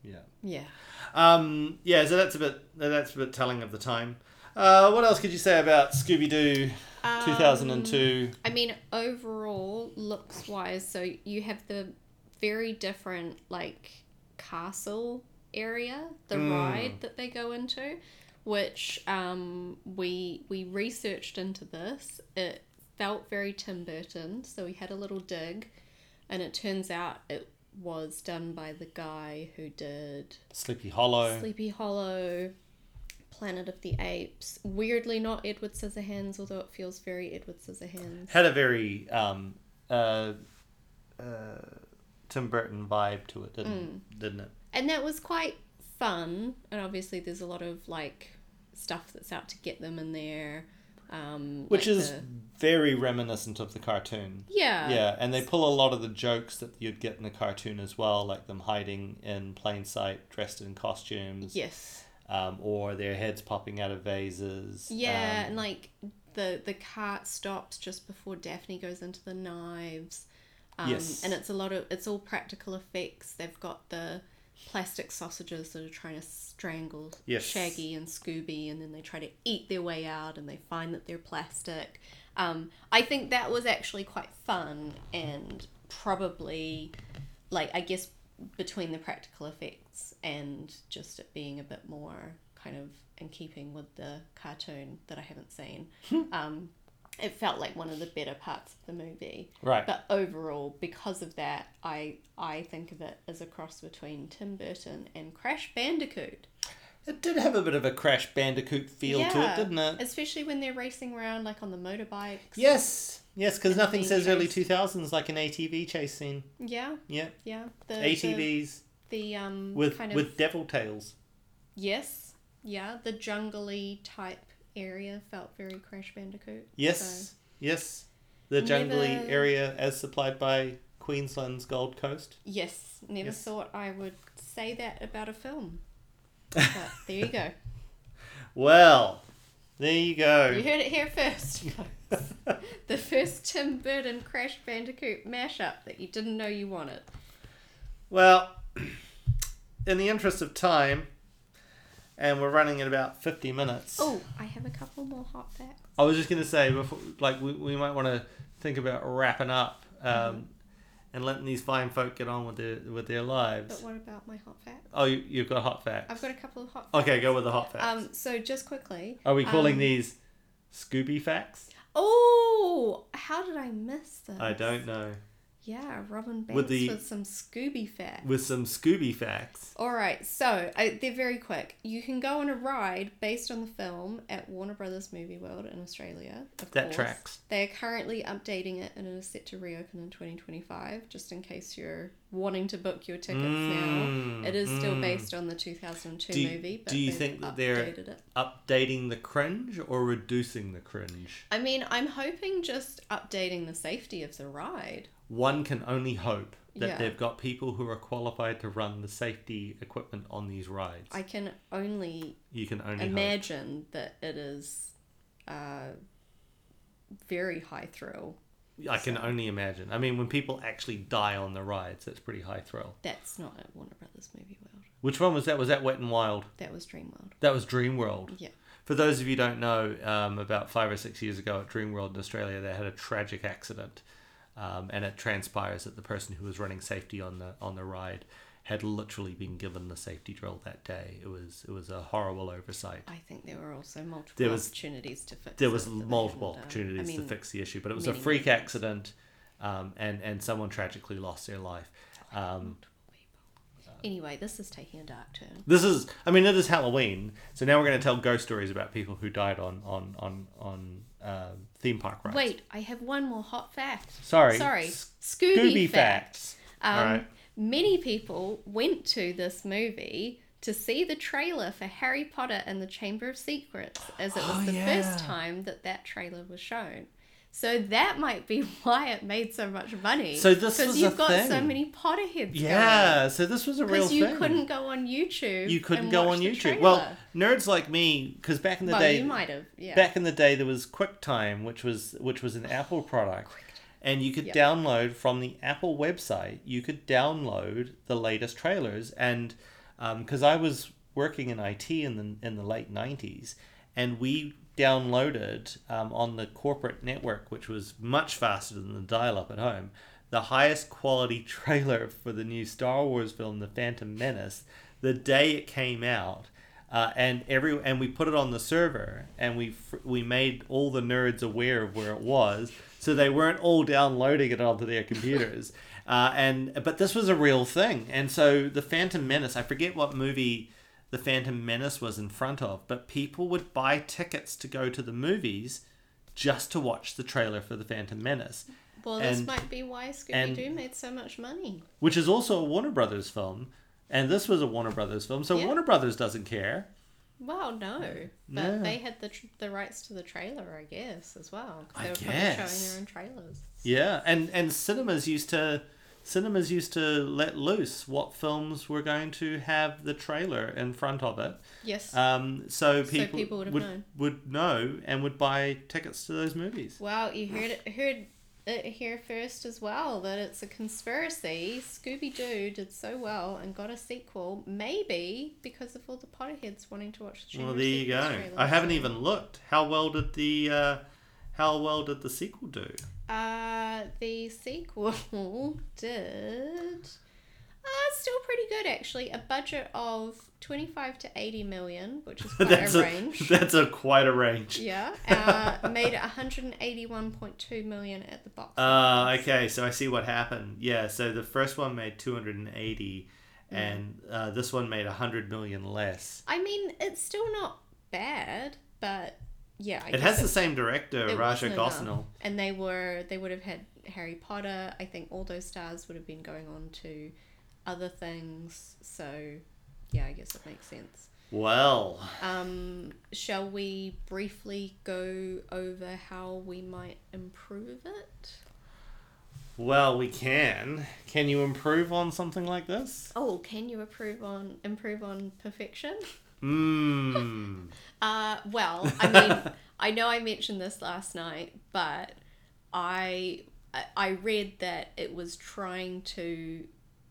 Yeah. yeah. Um, yeah. So that's a bit, that's a bit telling of the time. Uh, what else could you say about Scooby Doo Um, 2002? I mean, overall, looks wise, so you have the very different, like, castle area, the ride that they go into, which um, we we researched into this. It felt very Tim Burton, so we had a little dig, and it turns out it was done by the guy who did Sleepy Hollow. Sleepy Hollow, Planet of the Apes. Weirdly, not Edward Scissorhands, although it feels very Edward Scissorhands. had a very um, uh, uh, Tim Burton vibe to it, didn't Mm. didn't it? and that was quite fun and obviously there's a lot of like stuff that's out to get them in there um Which like is the- very reminiscent of the cartoon. yeah Yeah, and they pull a lot of the jokes that you'd get in the cartoon as well, like them hiding in plain sight, dressed in costumes, yes um, or their heads popping out of vases. yeah um, and like the the cart stops just before daphne goes into the knives um Yes. and it's a lot of it's all practical effects they've got the plastic sausages that are trying to strangle Yes. shaggy and scooby and then they try to eat their way out and they find that they're plastic um, I think that was actually quite fun and probably, like, I guess between the practical effects and just it being a bit more kind of in keeping with the cartoon that I haven't seen, um, it felt like one of the better parts of the movie. right. But overall, because of that, I I think of it as a cross between Tim Burton and Crash Bandicoot. it did have a bit of a Crash Bandicoot feel to it, didn't it? Especially when they're racing around like on the motorbikes. Yes, yes, because nothing being says early chased. two thousands like an ATV chase scene. Yeah. Yeah, Yeah, the The, ATVs the, um with kind of with devil tails. yes, yeah, the jungly type area felt very Crash Bandicoot. Yes, So, yes. The jungly Never- area as supplied by Queensland's Gold Coast. yes, never Yes. thought I would say that about a film. But there you go. Well, there you You go. heard it here first. folks. the first Tim Burton Crash Bandicoot mashup that you didn't know you wanted. Well, in the interest of time, and we're running at about 50 minutes. Oh, I have a couple more hot facts. Mm-hmm. I was just going to say, before, like, we, we might want to think about wrapping up. Um, and letting these fine folk get on with their with their But lives. what about my hot fact? Oh, you, you've got hot facts. I've got a couple of hot facts. Okay, go with the hot facts. Um, so just quickly. Are we calling um, these Scooby facts? Oh, how did I miss this? I don't know. Yeah, Robin Banks With with, the- some Scooby facts. With some Scooby facts. All right, so I, they're very quick. You can go on a ride based on the film at Warner Brothers Movie World in Australia. Of That course. tracks. They are currently updating it and it is set to reopen in 2025, just in case you're wanting to book your tickets Mm, now. It is still mm. based on the 2002 Do you- movie, but do you they've think that updated they're- it. Updating the cringe or reducing the cringe? I mean, I'm hoping just updating the safety of the ride. One can only hope that Yeah. they've got people who are qualified to run the safety equipment on these rides. I can only you can only hope. imagine that it is uh, very high thrill. I can only imagine. I mean, when people actually die on the rides, that's pretty high thrill. That's not at Warner Brothers Movie World. Which one was that? Was that Wet and Wild? That was Dreamworld. That was Dream World. Yeah. For those of you who don't know, um, about five or six years ago at Dreamworld in Australia, they had a tragic accident, um, and it transpires that the person who was running safety on the on the ride had literally been given the safety drill that day. It was it was a horrible oversight. I think there were also multiple There was- opportunities to fix. There it was that they multiple hadn't done. opportunities I mean, to fix the issue, but it was a many, freak many times. accident, um, and and someone tragically lost their life. Um, Anyway, this is taking a dark turn. This is, I mean, it is Halloween, so now we're going to tell ghost stories about people who died on on on on uh, theme park rides. Wait, I have one more hot fact. Sorry. Sorry. S- Scooby, Scooby fact. facts. Um, All right. Many people went to this movie to see the trailer for Harry Potter and the Chamber of Secrets, as it was Oh, the yeah. first time that that trailer was shown. So that might be why it made so much money. So this was a you've got so thing. many Potterheads. Yeah, so this was a real Because you thing. couldn't go on YouTube. you couldn't and go watch on the YouTube. trailer. Well, nerds like me, because back in the well, day, you might have. Yeah. Oh, back in the day, there was QuickTime, which was which was an Apple product, and you could Yeah. download from the Apple website. You could download the latest trailers, and because I was working in IT in the in the late nineties, and we downloaded um, on the corporate network, which was much faster than the dial-up at home. The highest quality trailer for the new Star Wars film, The Phantom Menace, the day it came out, uh, and every and we put it on the server and we fr- we made all the nerds aware of where it was so they weren't all downloading it onto their computers uh, and but this was a real thing and so the phantom menace i forget what movie the phantom menace was in front of but people would buy tickets to go to the movies just to watch the trailer for the phantom menace Well, this and- might be why Scooby and- Doo made so much money. which is also a warner brothers film and this was a warner brothers film so Yeah. warner brothers doesn't care Well, no, but No. they had the tr- the rights to the trailer, I guess, as well. 'cause I They were probably showing guess. their own trailers. Yeah, and and cinemas used to cinemas used to let loose what films were going to have the trailer in front of it. Yes. Um, so So people, people would have would, known. would know and would buy tickets to those movies. well, you heard it, heard it here first as well that it's a conspiracy. Scooby Doo did so well and got a sequel, maybe because of all the Potterheads wanting to watch the. Well, Chamber of there you go. Secrets trailer, I haven't so- even looked. How well did the uh, how well did the sequel do? Uh, the sequel did. Uh, still pretty good actually. A budget of twenty five to eighty million, which is quite that's a range. that's a quite a range. Yeah, uh, made 181.2 million at the box. Uh, okay, so I see what happened. Yeah, so the first one made 280 Mm. and uh, this one made 100 million less. I mean, it's still not bad, but yeah, I it guess has the same director, it Raja wasn't enough. Gosnell. And they were they would have had Harry Potter. I think all those stars would have been going on to other things. So yeah, I guess it makes sense. Well, Um, shall we briefly go over how we might improve it? well, we can. Can you improve on something like this? Oh, can you improve on improve on perfection? Mmm. Uh, well, I mean, I know I mentioned this last night, but I I- I read that it was trying to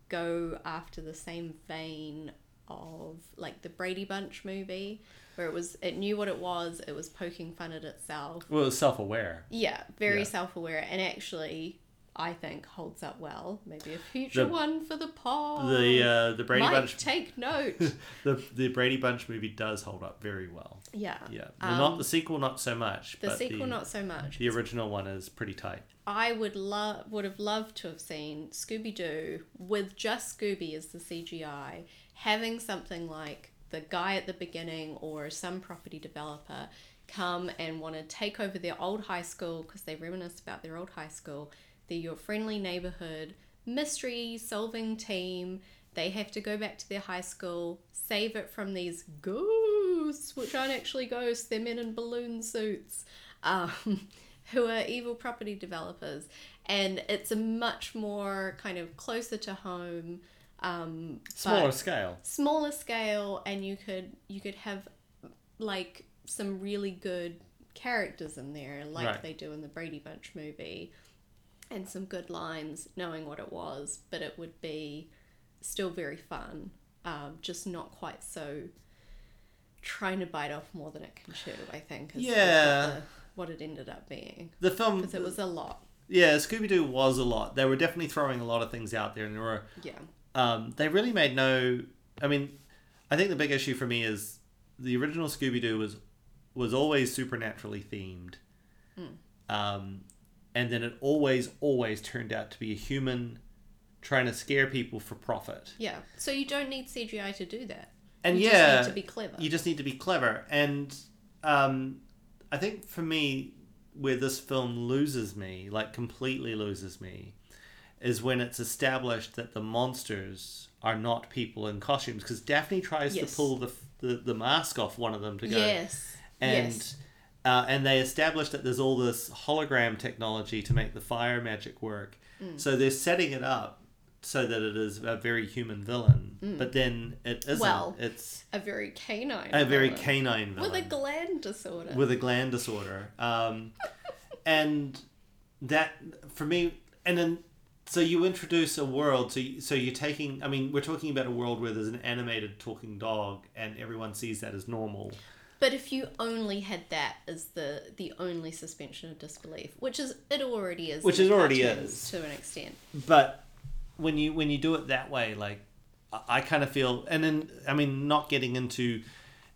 go after the same vein of like the Brady Bunch movie, where it was it knew what it was, it was poking fun at itself. well, it's self-aware. Yeah, very Yeah. self aware, and actually, I think holds up well. Maybe a future The- one for the pod. The uh, the Brady Mike, Bunch Um, take note. the the Brady Bunch movie does hold up very well. yeah. Yeah, Well, not Um, the sequel, not so much. The but sequel, the, not so much. the original one is pretty tight. I would love would have loved to have seen Scooby Doo with just Scooby as the CGI, having something like the guy at the beginning or some property developer come and want to take over their old high school because they reminisce about their old high school. They're your friendly neighborhood mystery solving team. They have to go back to their high school, save it from these ghosts, which aren't actually ghosts, they're men in balloon suits. Um, who are evil property developers. And it's a much more kind of closer to home, um, Smaller but scale. smaller scale, and you could you could have like some really good characters in there, like Right. they do in the Brady Bunch movie, and some good lines, knowing what it was, but it would be still very fun, um, just not quite so trying to bite off more than it can chew. I think is, is what Yeah. the- what it ended up being The film, because it was a lot. yeah, Scooby Doo was a lot. They were definitely throwing a lot of things out there, and there were Yeah, um, they really made no. I mean, I think the big issue for me is the original Scooby Doo was was always supernaturally themed, um, and then it always always turned out to be a human trying to scare people for profit. yeah. So you don't need CGI to do that. And you yeah, just need to be clever. you just need to be clever. And um, I think for me, where this film loses me, like completely loses me, is when it's established that the monsters are not people in costumes. Because Daphne tries Yes. to pull the, the the mask off one of them to go, yes, and yes, uh, and they establish that there's all this hologram technology to make the fire magic work. Mm. So they're setting it up so that it is a very human villain, but then it isn't. Mm. Well, it's a very canine, a very villain. canine villain with a gland disorder. with a gland disorder. Um, and that for me, and then so you introduce a world. So you, so you're taking. I mean, we're talking about a world where there's an animated talking dog, and everyone sees that as normal. But if you only had that as the the only suspension of disbelief, which is it already is, Which in it the already cartoons is. to an extent. But when you when you do it that way, like I, I kind of feel, and then I mean, not getting into.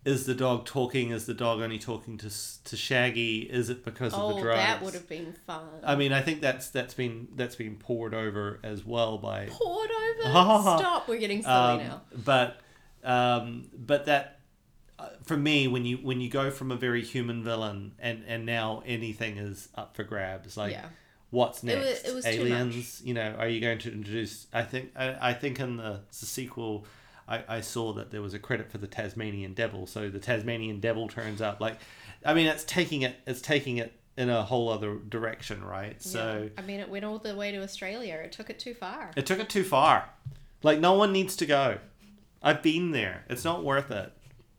Is the dog talking? Is the dog only talking to s- to Shaggy? Is it because of Oh, the drugs? Uh, that would have been fun. I mean, I think that's that's been that's been poured over as well by Poured over. Oh. Stop. We're getting silly um, now. but um, but that uh, for me when you when you go from a very human villain and and now anything is up for grabs like Yeah. what's It wa- next it was too aliens you know are you going to introduce I think I, I think in the, the sequel I, I saw that there was a credit for the Tasmanian devil so the Tasmanian devil turns up like I mean it's taking it it's taking it in a whole other direction right so I mean, it went all the way to Australia. It took it too far. it took it too far. Like no one needs to go. I've been there. It's not worth it.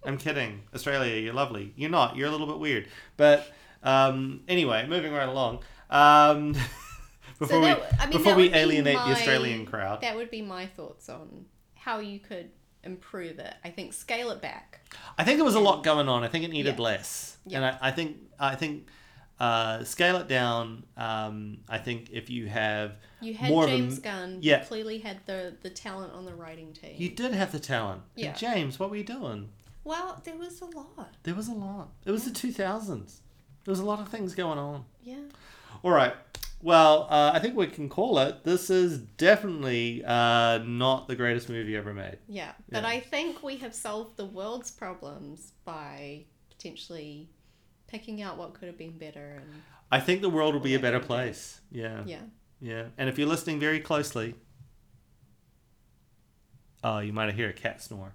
I'm kidding. Australia, you're lovely. You're not. You're a little bit weird. But um, anyway, moving right along. Um, before that we w- I mean, before that we would be alienate my- the Australian crowd. That would be my thoughts on how you could improve it. I think scale it back. I think there was a lot going on. I think it needed Yeah. less, Yeah. and I, I think I think uh, scale it down. Um, I think if you have You had more James of a, Gunn. yeah. You clearly had the the talent on the writing team. you did have the talent. And Yeah. James, what were you doing? well, there was a lot. There was a lot. It was the 2000s. There was a lot of things going on. Yeah. All right. Well, uh, I think we can call it. This is definitely uh, not the greatest movie ever made. Yeah, but Yeah. I think we have solved the world's problems by potentially picking out what could have been better and I think the world will be a Yeah, better okay. place. Yeah. Yeah. yeah. And if you're listening very closely, oh, you might hear a cat snore.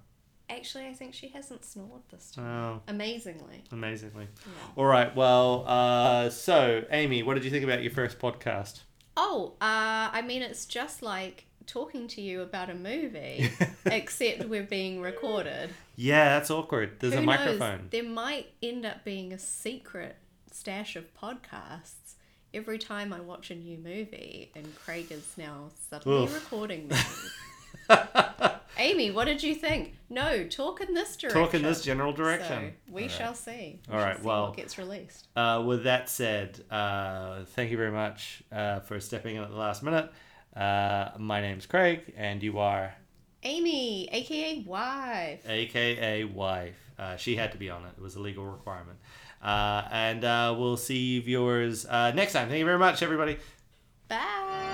Actually, I think she hasn't snored this time. Oh, Amazingly. amazingly. Yeah. All right. Well, uh, so, Amy, what did you think about your first podcast? Oh, uh, I mean, it's just like talking to you about a movie, except we're being recorded. yeah, that's awkward. There's Who a knows? microphone. There might end up being a secret stash of podcasts every time I watch a new movie, and Craig is now suddenly Oof. recording me. Amy, what did you think? No, talk in this direction. Talk in this general direction. So we shall see. We All shall right, see well- what gets released. Uh, with that said, uh, thank you very much uh, for stepping in at the last minute. Uh, my name's Craig, and you are Amy, aka wife. AKA wife. Uh, she had to be on it. It was a legal requirement. Uh, and uh, we'll see you viewers uh, next time. Thank you very much, everybody. Bye.